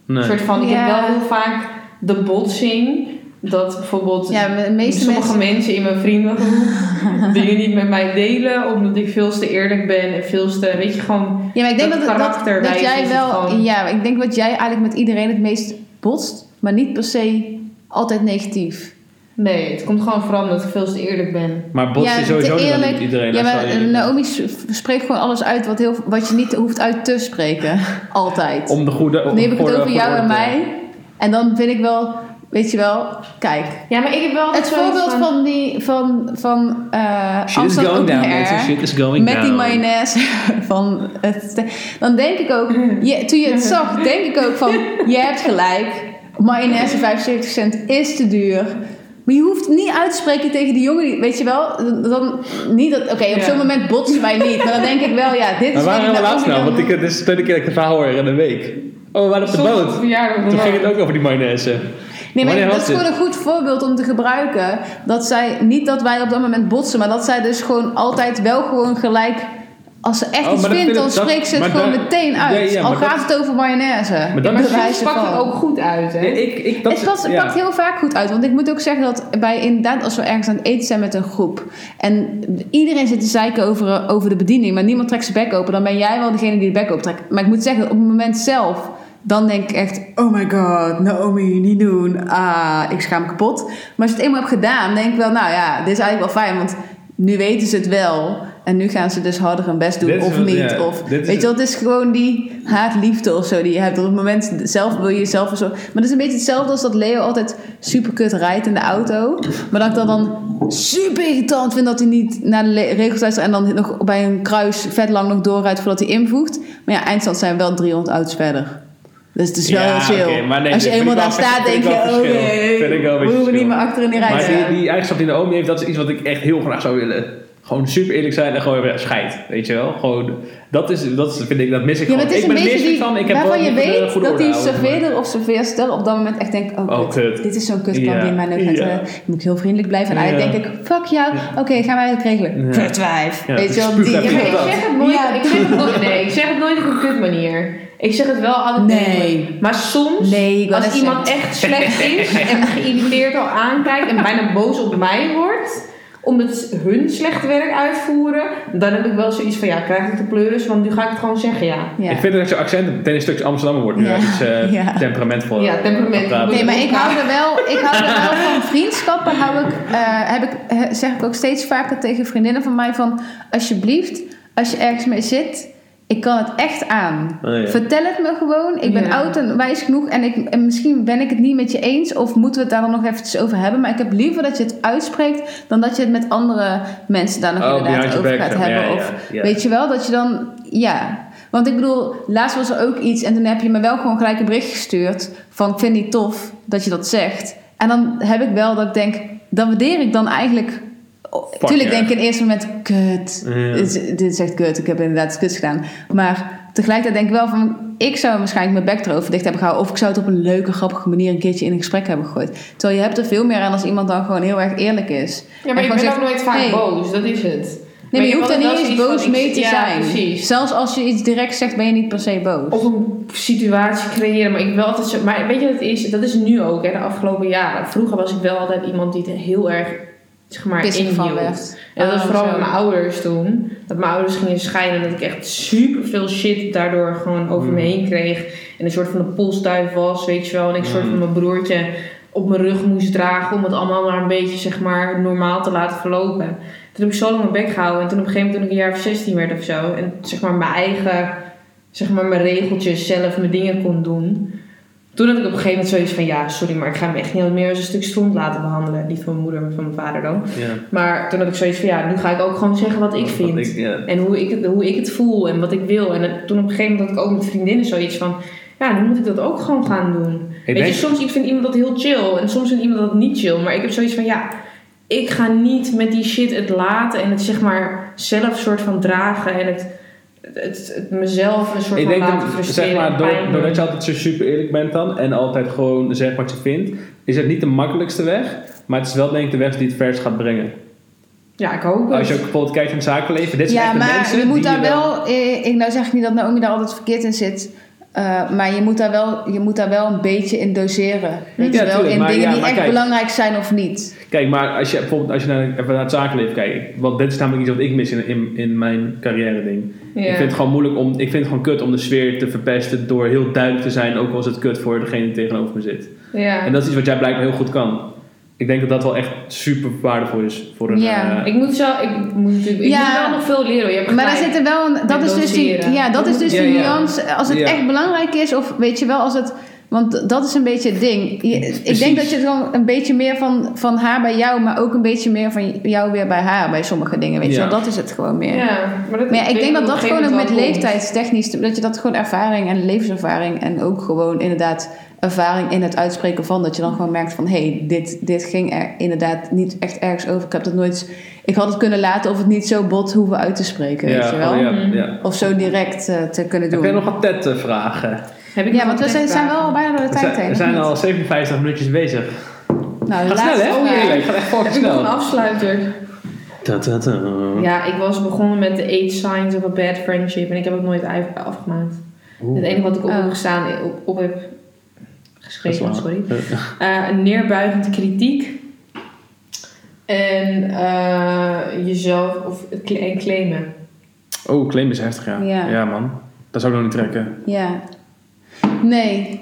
Een Nee. soort van, ik Ja. heb wel heel vaak de botsing dat bijvoorbeeld Ja, de meeste sommige mensen... in mijn vriendengroep dingen niet met mij delen, omdat ik veel te eerlijk ben en veel te, weet je, gewoon Ja, maar ik denk Dat dat, dat, dat, karakterwijs is jij het wel. gewoon. Ja, maar ik denk dat jij eigenlijk met iedereen het meest botst, maar niet per se altijd negatief. nee, het komt gewoon vooral omdat ik veel te eerlijk ben. Maar botst Ja, je sowieso te dan eerlijk- niet iedereen. Ja, als je maar eh, nou wel eerlijk bent. Naomi s- spreekt gewoon alles uit wat, heel, wat je niet hoeft uit te spreken. Altijd. Om de goede... om Nu heb ik het voor- over voor jou orde en te- mij. Dus En dan vind ik wel, weet je wel, kijk. Ja, maar ik heb wel altijd Het zoiets voorbeeld van- van die, van, van eh Shit is Amsterdam going Open down, Air, mensen. Shit is going Met die down. mayonaise van het... Dan denk ik ook, je, toen je het zag, denk ik ook van, je hebt gelijk. Mayonaise 75 cent is te duur. Maar je hoeft niet uit te spreken tegen die jongen, die- weet je wel? Dan, niet dat, oké, op Ja. zo'n moment botsen wij niet. Maar dan denk ik wel, ja, dit Maar is... waar waar waren we laatst nou? Want ik ik, dit is de tweede keer dat ik het verhaal hoor in een week. Oh, we waren op de Soms boot. op een verjaardag Toen wel. ging het ook over die mayonaise. Nee, maar Wanneer dat was is dit? gewoon een goed voorbeeld om te gebruiken. Dat zij, niet dat wij op dat moment botsen, maar dat zij dus gewoon altijd wel gewoon gelijk. Als ze echt Oh, iets maar vindt, dat vind ik- dan dat- spreekt ze het maar gewoon daar- meteen Nee, uit. ja, Al maar dat- gaat het over mayonaise. Maar dat- Bij Maar soms wijze pakt van. het ook goed uit, hè? Ik, ik, dat het past, het ja. pakt heel vaak goed uit. Want ik moet ook zeggen dat bij inderdaad, als we ergens aan het eten zijn met een groep. En iedereen zit te zeiken over, eh, over de bediening, maar niemand trekt zijn bek open. Dan ben jij wel degene die de bek optrekt. Maar ik moet zeggen, op het moment zelf. Dan denk ik echt, oh my god, Naomi, niet doen. Ah, ik schaam me kapot. Maar als je het eenmaal hebt gedaan, denk ik wel, nou ja, dit is eigenlijk wel fijn. Want nu weten ze het wel. En nu gaan ze dus harder hun best doen Dit is of wat- niet. ja, of, dit weet is je, wel, het is gewoon die haatliefde of zo die je hebt. Op het moment zelf wil je jezelf een soort- Maar dat is een beetje hetzelfde als dat Leo altijd super kut rijdt in de auto. Maar dat ik dan, dan super irritant vind dat hij niet naar de le- regels luistert. En dan nog bij een kruis vet lang nog doorrijdt voordat hij invoegt. Maar ja, eindstand zijn we wel 300 auto's verder. Dus het is wel Ja, heel chill. oké, maar nee, Als je dit vind eenmaal ik daar wel- staat, vind denk ik je, wel oh verschil. Vind nee, ik wel een we hoeven beetje niet verschil. meer achter in die rij Maar te die, staan. die eigenschap die Naomi heeft, dat is iets wat ik echt heel graag zou willen. Gewoon super eerlijk zijn en gewoon weer scheid. Weet je wel? Gewoon, dat, is, dat is, vind ik, dat mis ik Ja, maar gewoon. het is ik een ben er beetje misselijk die, van. Ik heb waarvan wel je niet de weet goede dat die orde houden, maar- serveerder of serveerstel op dat moment echt denkt... Oh, Oh, kut, kut. dit is zo'n kutklant Ja. die in mijn neus gaat. Ja. eh, dan moet ik heel vriendelijk blijven. En eigenlijk Ja. denk ik, fuck jou. Oké, gaan wij het regelen. Ja. Kutwijf. Ja, Weet je wel, spuug die... even Ja, Ja, maar ik dat. zeg het nooit. Ja. Ik zeg het nooit nee, ik zeg het nooit op een kut manier. Ik zeg het wel altijd. Nee. Maar soms, Nee, ik wou als net iemand echt slecht is en me geïrriteerd al aankijkt en bijna boos op mij wordt, omdat hun slecht werk uitvoeren, dan heb ik wel zoiets van ja, krijg ik de pleuris, want nu ga ik het gewoon zeggen ja. Ja. Ik vind dat je accent meteen een stukje Amsterdammer wordt nu. Ja. Ja. Iets eh, Ja. temperamentvol. Ja, temperament. Ja, Nee, maar ik hou er wel, ik hou er wel van vriendschappen. Hou ik, eh, heb ik, eh, zeg ik ook steeds vaker tegen vriendinnen van mij van... Alsjeblieft, als je ergens mee zit, ik kan het echt aan. Oh, ja. Vertel het me gewoon. Ik ben Ja. oud en wijs genoeg. En, ik, en misschien ben ik het niet met je eens. Of moeten we het daar dan nog eventjes over hebben. Maar ik heb liever dat je het uitspreekt. Dan dat je het met andere mensen daar nog Oh, behind inderdaad your over back, gaat zeg maar. hebben. Ja, of ja, ja. weet je wel, dat je dan... Ja, want ik bedoel, laatst was er ook iets en toen heb je me wel gewoon gelijk een bericht gestuurd van ik vind het niet tof dat je dat zegt. En dan heb ik wel dat ik denk, dat waardeer ik dan eigenlijk. Oh, Fuck Tuurlijk yeah. denk ik in het eerste moment, kut, Ja. dit, is, dit is echt kut, ik heb inderdaad iets kuts gedaan. Maar tegelijkertijd denk ik wel van, ik zou waarschijnlijk mijn bek erover dicht hebben gehouden. Of ik zou het op een leuke, grappige manier een keertje in een gesprek hebben gegooid. Terwijl je hebt er veel meer aan als iemand dan gewoon heel erg eerlijk is. Ja, En maar je gewoon bent zegt, ook nooit vaak hey. boos, dat is het. Nee, maar je hoeft er hebt niet altijd eens wel zoiets boos van, ik- mee te ja, zijn. precies. Zelfs als je iets direct zegt, ben je niet per se boos. Of een situatie creëren, maar ik wil altijd zo... Maar weet je wat het is? Dat is nu ook, hè, de afgelopen jaren. Vroeger was ik wel altijd iemand die het heel erg, zeg maar, pissig van inhield. werd. En dat was Oh, vooral zo. met mijn ouders toen. Dat mijn ouders gingen scheiden. En dat ik echt super veel shit daardoor gewoon over me Mm. Hmm. heen kreeg. En een soort van een polsduif was, weet je wel. En ik soort Hmm. Mm. van mijn broertje op mijn rug moest dragen. Om het allemaal maar een beetje, zeg maar, normaal te laten verlopen. Toen heb ik zo lang mijn bek gehouden. En toen op een gegeven moment, toen ik een jaar of 16 werd of zo. En zeg maar mijn eigen, zeg maar mijn regeltjes zelf, mijn dingen kon doen. Toen had ik op een gegeven moment zoiets van, ja, sorry, maar ik ga hem echt niet meer als een stuk stront laten behandelen. Die van mijn moeder, maar van mijn vader dan. Ja. Maar toen had ik zoiets van ja, nu ga ik ook gewoon zeggen wat ik Want vind. ik- ja. En hoe ik, het, hoe ik het voel en wat ik wil. En dat- toen op een gegeven moment had ik ook met vriendinnen zoiets van... Ja, nu moet ik dat ook gewoon gaan doen. Ik Weet denk- je, soms ik vind iemand dat heel chill. En soms vindt iemand dat niet chill. Maar ik heb zoiets van ja... Ik ga niet met die shit het laten en het zeg maar zelf soort van dragen. En het, het, het, mezelf een soort Ik van denk laten dat, frustreren. zeg maar, en door- pijn doen. doordat je altijd zo super eerlijk bent dan en altijd gewoon zegt wat je vindt, is het niet de makkelijkste weg, maar het is wel denk ik de weg die het verst gaat brengen. Ja, ik hoop Als het. je ook bijvoorbeeld kijkt naar het zakenleven, dit zijn ja, echt de maar mensen je die moet daar je wel. eh, Ik, nou zeg ik niet dat Naomi daar altijd verkeerd in zit. eh, maar je moet, daar wel, je moet daar wel een beetje in doseren. Weet Ja, je wel? tuurlijk, in maar dingen ja, die maar echt kijk. belangrijk zijn of niet. Kijk, maar als je bijvoorbeeld als je naar, even naar het zakenleven kijkt, want dit is namelijk iets wat ik mis in, in, in mijn carrière ding. Ja. Ik vind het gewoon moeilijk om, ik vind het gewoon kut om de sfeer te verpesten door heel duidelijk te zijn, ook al is het kut voor degene die tegenover me zit. ja. En dat is iets wat jij blijkbaar heel goed kan. Ik denk dat dat wel echt super waardevol is voor een. Ja, eh, Ik moet zo... Ik moet, natuurlijk- ik Ja. moet wel nog veel leren. hoor. Je hebt Maar daar gelijk. zit er wel een. Dat Met is dus die, doseren. ja, dat is dus Ja, die ja. nuance. Als het Ja. echt belangrijk is, of weet je wel, als het. Want dat is een beetje het ding. Je- ik Precies. denk dat je het gewoon een beetje meer van, van haar bij jou, maar ook een beetje meer van jou weer bij haar bij sommige dingen. Weet Ja. je wel, dat is het gewoon meer. Ja, maar, dat, Maar ja, ik denk dat dat gewoon ook met leeftijd leeftijdstechnisch, dat je dat gewoon ervaring en levenservaring en ook gewoon inderdaad ervaring in het uitspreken van, dat je dan gewoon merkt van hé, hey, dit, dit ging er inderdaad niet echt ergens over. Ik heb dat nooit, ik had het kunnen laten of het niet zo bot hoeven uit te spreken, weet je wel. oh ja, Mhm. ja. Of zo direct eh, te kunnen Heb jij doen. nog wat TED-vragen? Heb ik Ja, nog want we een zijn, zijn wel al vraag? bijna door de We tijd zijn, heen. of we zijn niet? al 57 minuutjes bezig. Nou, de Gaat snel, laatste hè? Oh, vraag. Heerlijk, gaat echt fucking Heb ik nog een snel. afsluiter? Ta, ta, ta. Ja, ik was begonnen met The Eight Signs of a Bad Friendship en ik heb het nooit uit- afgemaakt. Oeh, Het enige wat ik op Oh. heb gestaan, op, op heb dat is geschreven, waar. sorry. Eh, Eh, een neerbuigende kritiek. En eh, jezelf of, en claimen. Oh, claim is heftig, ja. Ja. Ja, man. Dat zou ik nog niet trekken. Ja. Nee.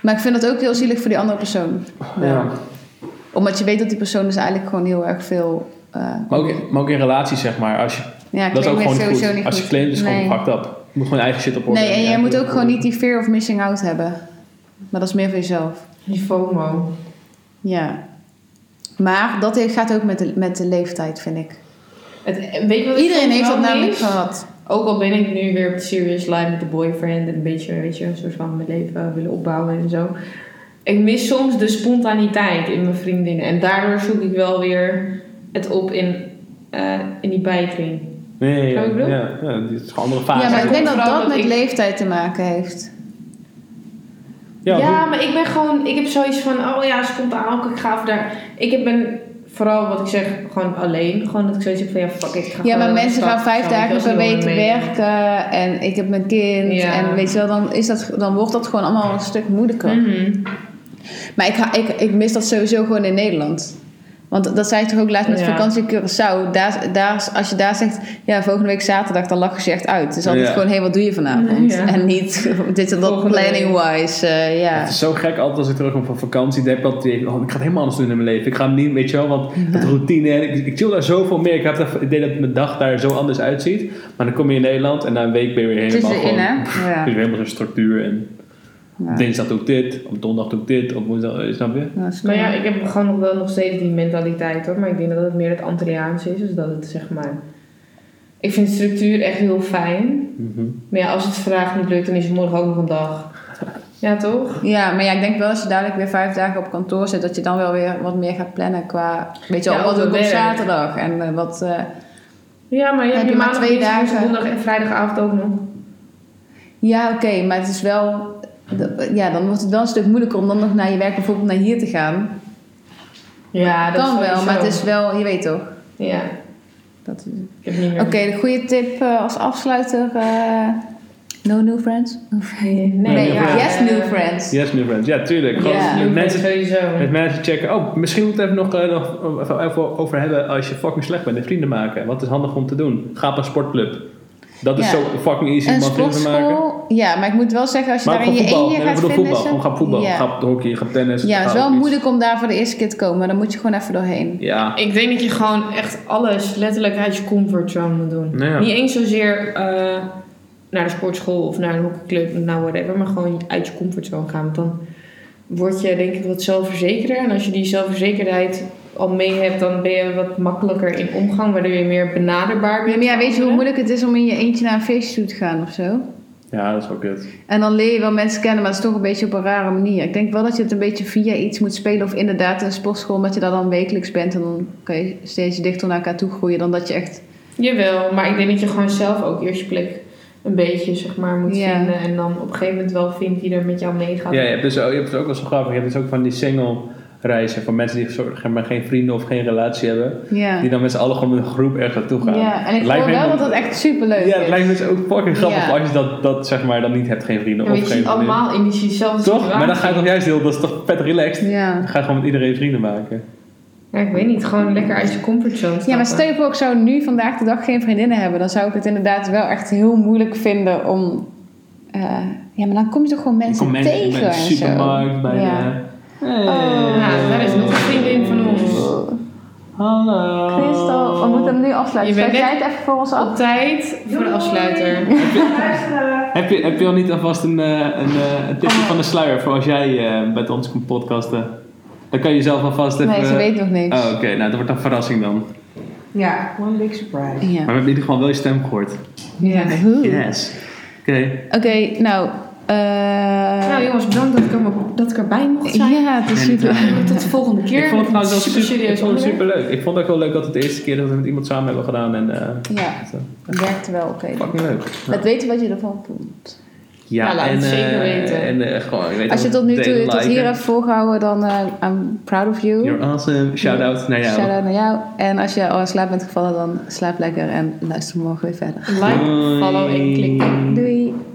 Maar ik vind dat ook heel zielig voor die andere persoon. Ja. Omdat je weet dat die persoon dus eigenlijk gewoon heel erg veel... eh, Maar, ook, maar ook in relaties, zeg maar. Als je, ja, dat is ook claimen gewoon niet sowieso goed. niet Als je goed. claimt, is het nee. gewoon fucked up. Je moet gewoon je eigen shit op orde Nee, en hebben. jij Ja, moet ook goed. gewoon niet die fear of missing out hebben. Maar dat is meer voor jezelf. Die FOMO. Ja. Maar dat gaat ook met de, met de leeftijd, vind ik. Het, weet je wat het Iedereen heeft dat wel namelijk is? gehad. Ook al ben ik nu weer op de serious line met de boyfriend en een beetje, weet je, een soort van mijn leven willen opbouwen en zo. Ik mis soms de spontaniteit in mijn vriendinnen en daardoor zoek ik wel weer het op in, eh, in die bijkring. Nee, ja, Zou ik ja, doen? ja, ja, dit is gewoon een andere fase. Ja, maar ik komt denk dat vooral dat dat met ik- leeftijd te maken heeft. Ja, Ja, hoe- maar ik ben gewoon, ik heb zoiets van, oh ja, spontaan, ook, ik ga even daar. Ik heb ben vooral wat ik zeg, gewoon alleen. Gewoon dat ik zoiets heb van, ja, fuck, it, ik Ja, ga gewoon maar naar de mensen stad gaan of zo, vijf weet je, dagen als per ik wil week mee. werken. En ik heb mijn kind. Ja. En weet je wel, dan, is dat, dan wordt dat gewoon allemaal een stuk moeilijker. Mhm. Maar ik, ha- ik, ik mis dat sowieso gewoon in Nederland. Want dat zei ik toch ook laatst met Ja. vakantie in Curaçao. Daar, daar, is- als je daar zegt, ja, volgende week zaterdag, dan lachen ze je echt uit. Het is altijd Ja. gewoon, hé, wat doe je vanavond? Ja. En niet dit en dat Volgende week. planning-wise. eh, ja. Het is zo gek altijd als ik terugkom van vakantie. Dan heb ik altijd, die- oh, ik ga het helemaal anders doen in mijn leven. Ik ga niet, weet je wel, want dat routine. En ik, ik chill daar zoveel meer. Ik heb het idee dat mijn dag daar zo anders uitziet. Maar dan kom je in Nederland en na een week ben je weer Het is helemaal erin, gewoon... hè? Ja. Dus helemaal zo'n structuur. En Ja. dinsdag doe ik dit, op donderdag doe ik dit, op woensdag, eh, snap je? Dat is Maar Nou ja, cool. ik heb gewoon nog wel nog steeds die mentaliteit hoor. Maar ik denk dat het meer het Antilliaans is. Dus dat het zeg maar. Ik vind structuur echt heel fijn. Mhm. Maar ja, als het vandaag niet lukt, dan is het morgen ook nog een dag. Ja, toch? Ja, maar ja, ik denk wel als je dadelijk weer vijf dagen op kantoor zit, dat je dan wel weer wat meer gaat plannen qua, weet je wel, Ja, wat ook ook op werk. zaterdag en eh, wat. eh, Ja, maar je hebt je maandag, twee dagen. donderdag en vrijdagavond ook nog. Ja, oké, maar het is wel. dat- Ja, dan wordt het wel een stuk moeilijker om dan nog naar je werk bijvoorbeeld naar hier te gaan. Ja, dat kan is wel, sowieso. maar het is wel, je weet toch. Ja, Dat is- ik heb niet meer... Oké, de goede tip eh, als afsluiter. eh, no new friends? Of- Nee, Nee, ja. yes, eh, new friends. Yes, new friends. Ja, tuurlijk. Gewoon Ja. met New friends mensen sowieso. Met mensen checken. Oh, misschien moet het even nog, eh, nog even even over hebben als je fucking slecht bent en vrienden maken. Wat is handig om te doen? Ga op een sportclub. Dat is Ja. zo fucking easy om Een aan vrienden te maken. sportschool, ja, maar ik moet wel zeggen, als je Maar daar ook in je gewoon voetbal. eentje Nee, gaat ik bedoel voetbal. Gewoon vinden... ga op voetbal. Ja. Ga op hockey, ga op tennis. Ja, ga het is op wel iets. moeilijk om daar voor de eerste keer te komen. Maar dan moet je gewoon even doorheen. Ja. Ik denk dat je gewoon echt alles letterlijk uit je comfortzone moet doen. Ja. Niet eens zozeer eh, naar de sportschool of naar een hockeyclub, nou whatever, maar gewoon uit je comfortzone gaan. Want dan word je denk ik wat zelfverzekerder. En als je die zelfverzekerdheid al mee hebt, dan ben je wat makkelijker in omgang, waardoor je meer benaderbaar Ja, bent. maar ja, weet je hoe voor anderen. moeilijk het is om in je eentje naar een feestje toe te gaan of zo? ja, dat is ook kut. En dan leer je wel mensen kennen, maar het is toch een beetje op een rare manier. Ik denk wel dat je het een beetje via iets moet spelen. Of inderdaad een sportschool, omdat je daar dan wekelijks bent. En dan kan je steeds dichter naar elkaar toe groeien dan dat je echt... Jawel, maar ik denk dat je gewoon zelf ook eerst je plek een beetje zeg maar moet Ja. vinden. En dan op een gegeven moment wel vindt die er met jou meegaat. Ja, je hebt, dus, je hebt dus ook wel zo grappig. Je hebt dus ook van die single reizen. Van mensen die soort- zeg maar, geen vrienden of geen relatie hebben. Ja, Die dan met z'n allen gewoon met een groep ergens naartoe gaan. ja. en ik Lijkt voel me wel dat helemaal- dat echt superleuk Ja, het is. lijkt me dus ook fucking grappig Ja. als je dat, dat zeg maar dan niet hebt. Geen vrienden Ja, of weet geen je zit vriendinnen. allemaal in diezelfde Toch? situatie. Maar dan ga je toch juist heel, dat is toch vet relaxed. Ja. Dan ga je gewoon met iedereen vrienden maken. Ja, ik weet niet. Gewoon lekker uit je comfortzone stappen. Ja, maar stel je voor, ik zou nu vandaag de dag geen vriendinnen hebben. Dan zou ik het inderdaad wel echt heel moeilijk vinden om... eh, ja, maar dan kom je toch gewoon mensen tegen bij de en zo. supermarkt, bij Ja. Oh. de... Nou, daar is nog een vriendin van ons. Hallo. Christel, we moeten hem nu afsluiten. Je Sluit bent jij net- het even voor ons af? Altijd voor de afsluiter. Heb je, heb je al niet alvast een, eh, een, eh, een tipje Ah. van de sluier voor als jij eh, met ons komt podcasten? Dan kan je zelf alvast even... Nee, ze weet nog niks. Oh, oké. Nou, dat wordt een verrassing dan. Maar Ja, one big surprise. we Ja. hebben in ieder geval wel je stem gehoord. Ja. Yes. Oké. Oké, nou... eh, Nou jongens, bedankt dat ik, er, dat ik erbij mocht zijn. ja, het is En, super. eh, Tot de volgende keer. Ik vond het trouwens wel super serieus. onderwerp. super leuk. Ik vond het ook wel leuk dat het de eerste keer dat we het met iemand samen hebben gedaan. En eh, Ja, zo. het werkt wel oké. fucking leuk. Laat weten wat je ervan vond. Ja, Nou, Ja, laat en, het zeker eh, weten. En eh, gewoon, je weet Als je wel, tot nu toe delen, tot hier liken. hebt volgehouden, dan eh I'm proud of you. You're awesome. Shout out naar jou. Shout-out naar jou. En als je al in slaap bent gevallen, dan slaap lekker en luister morgen weer verder. Like, Doei. Mm. follow en klik. Doei!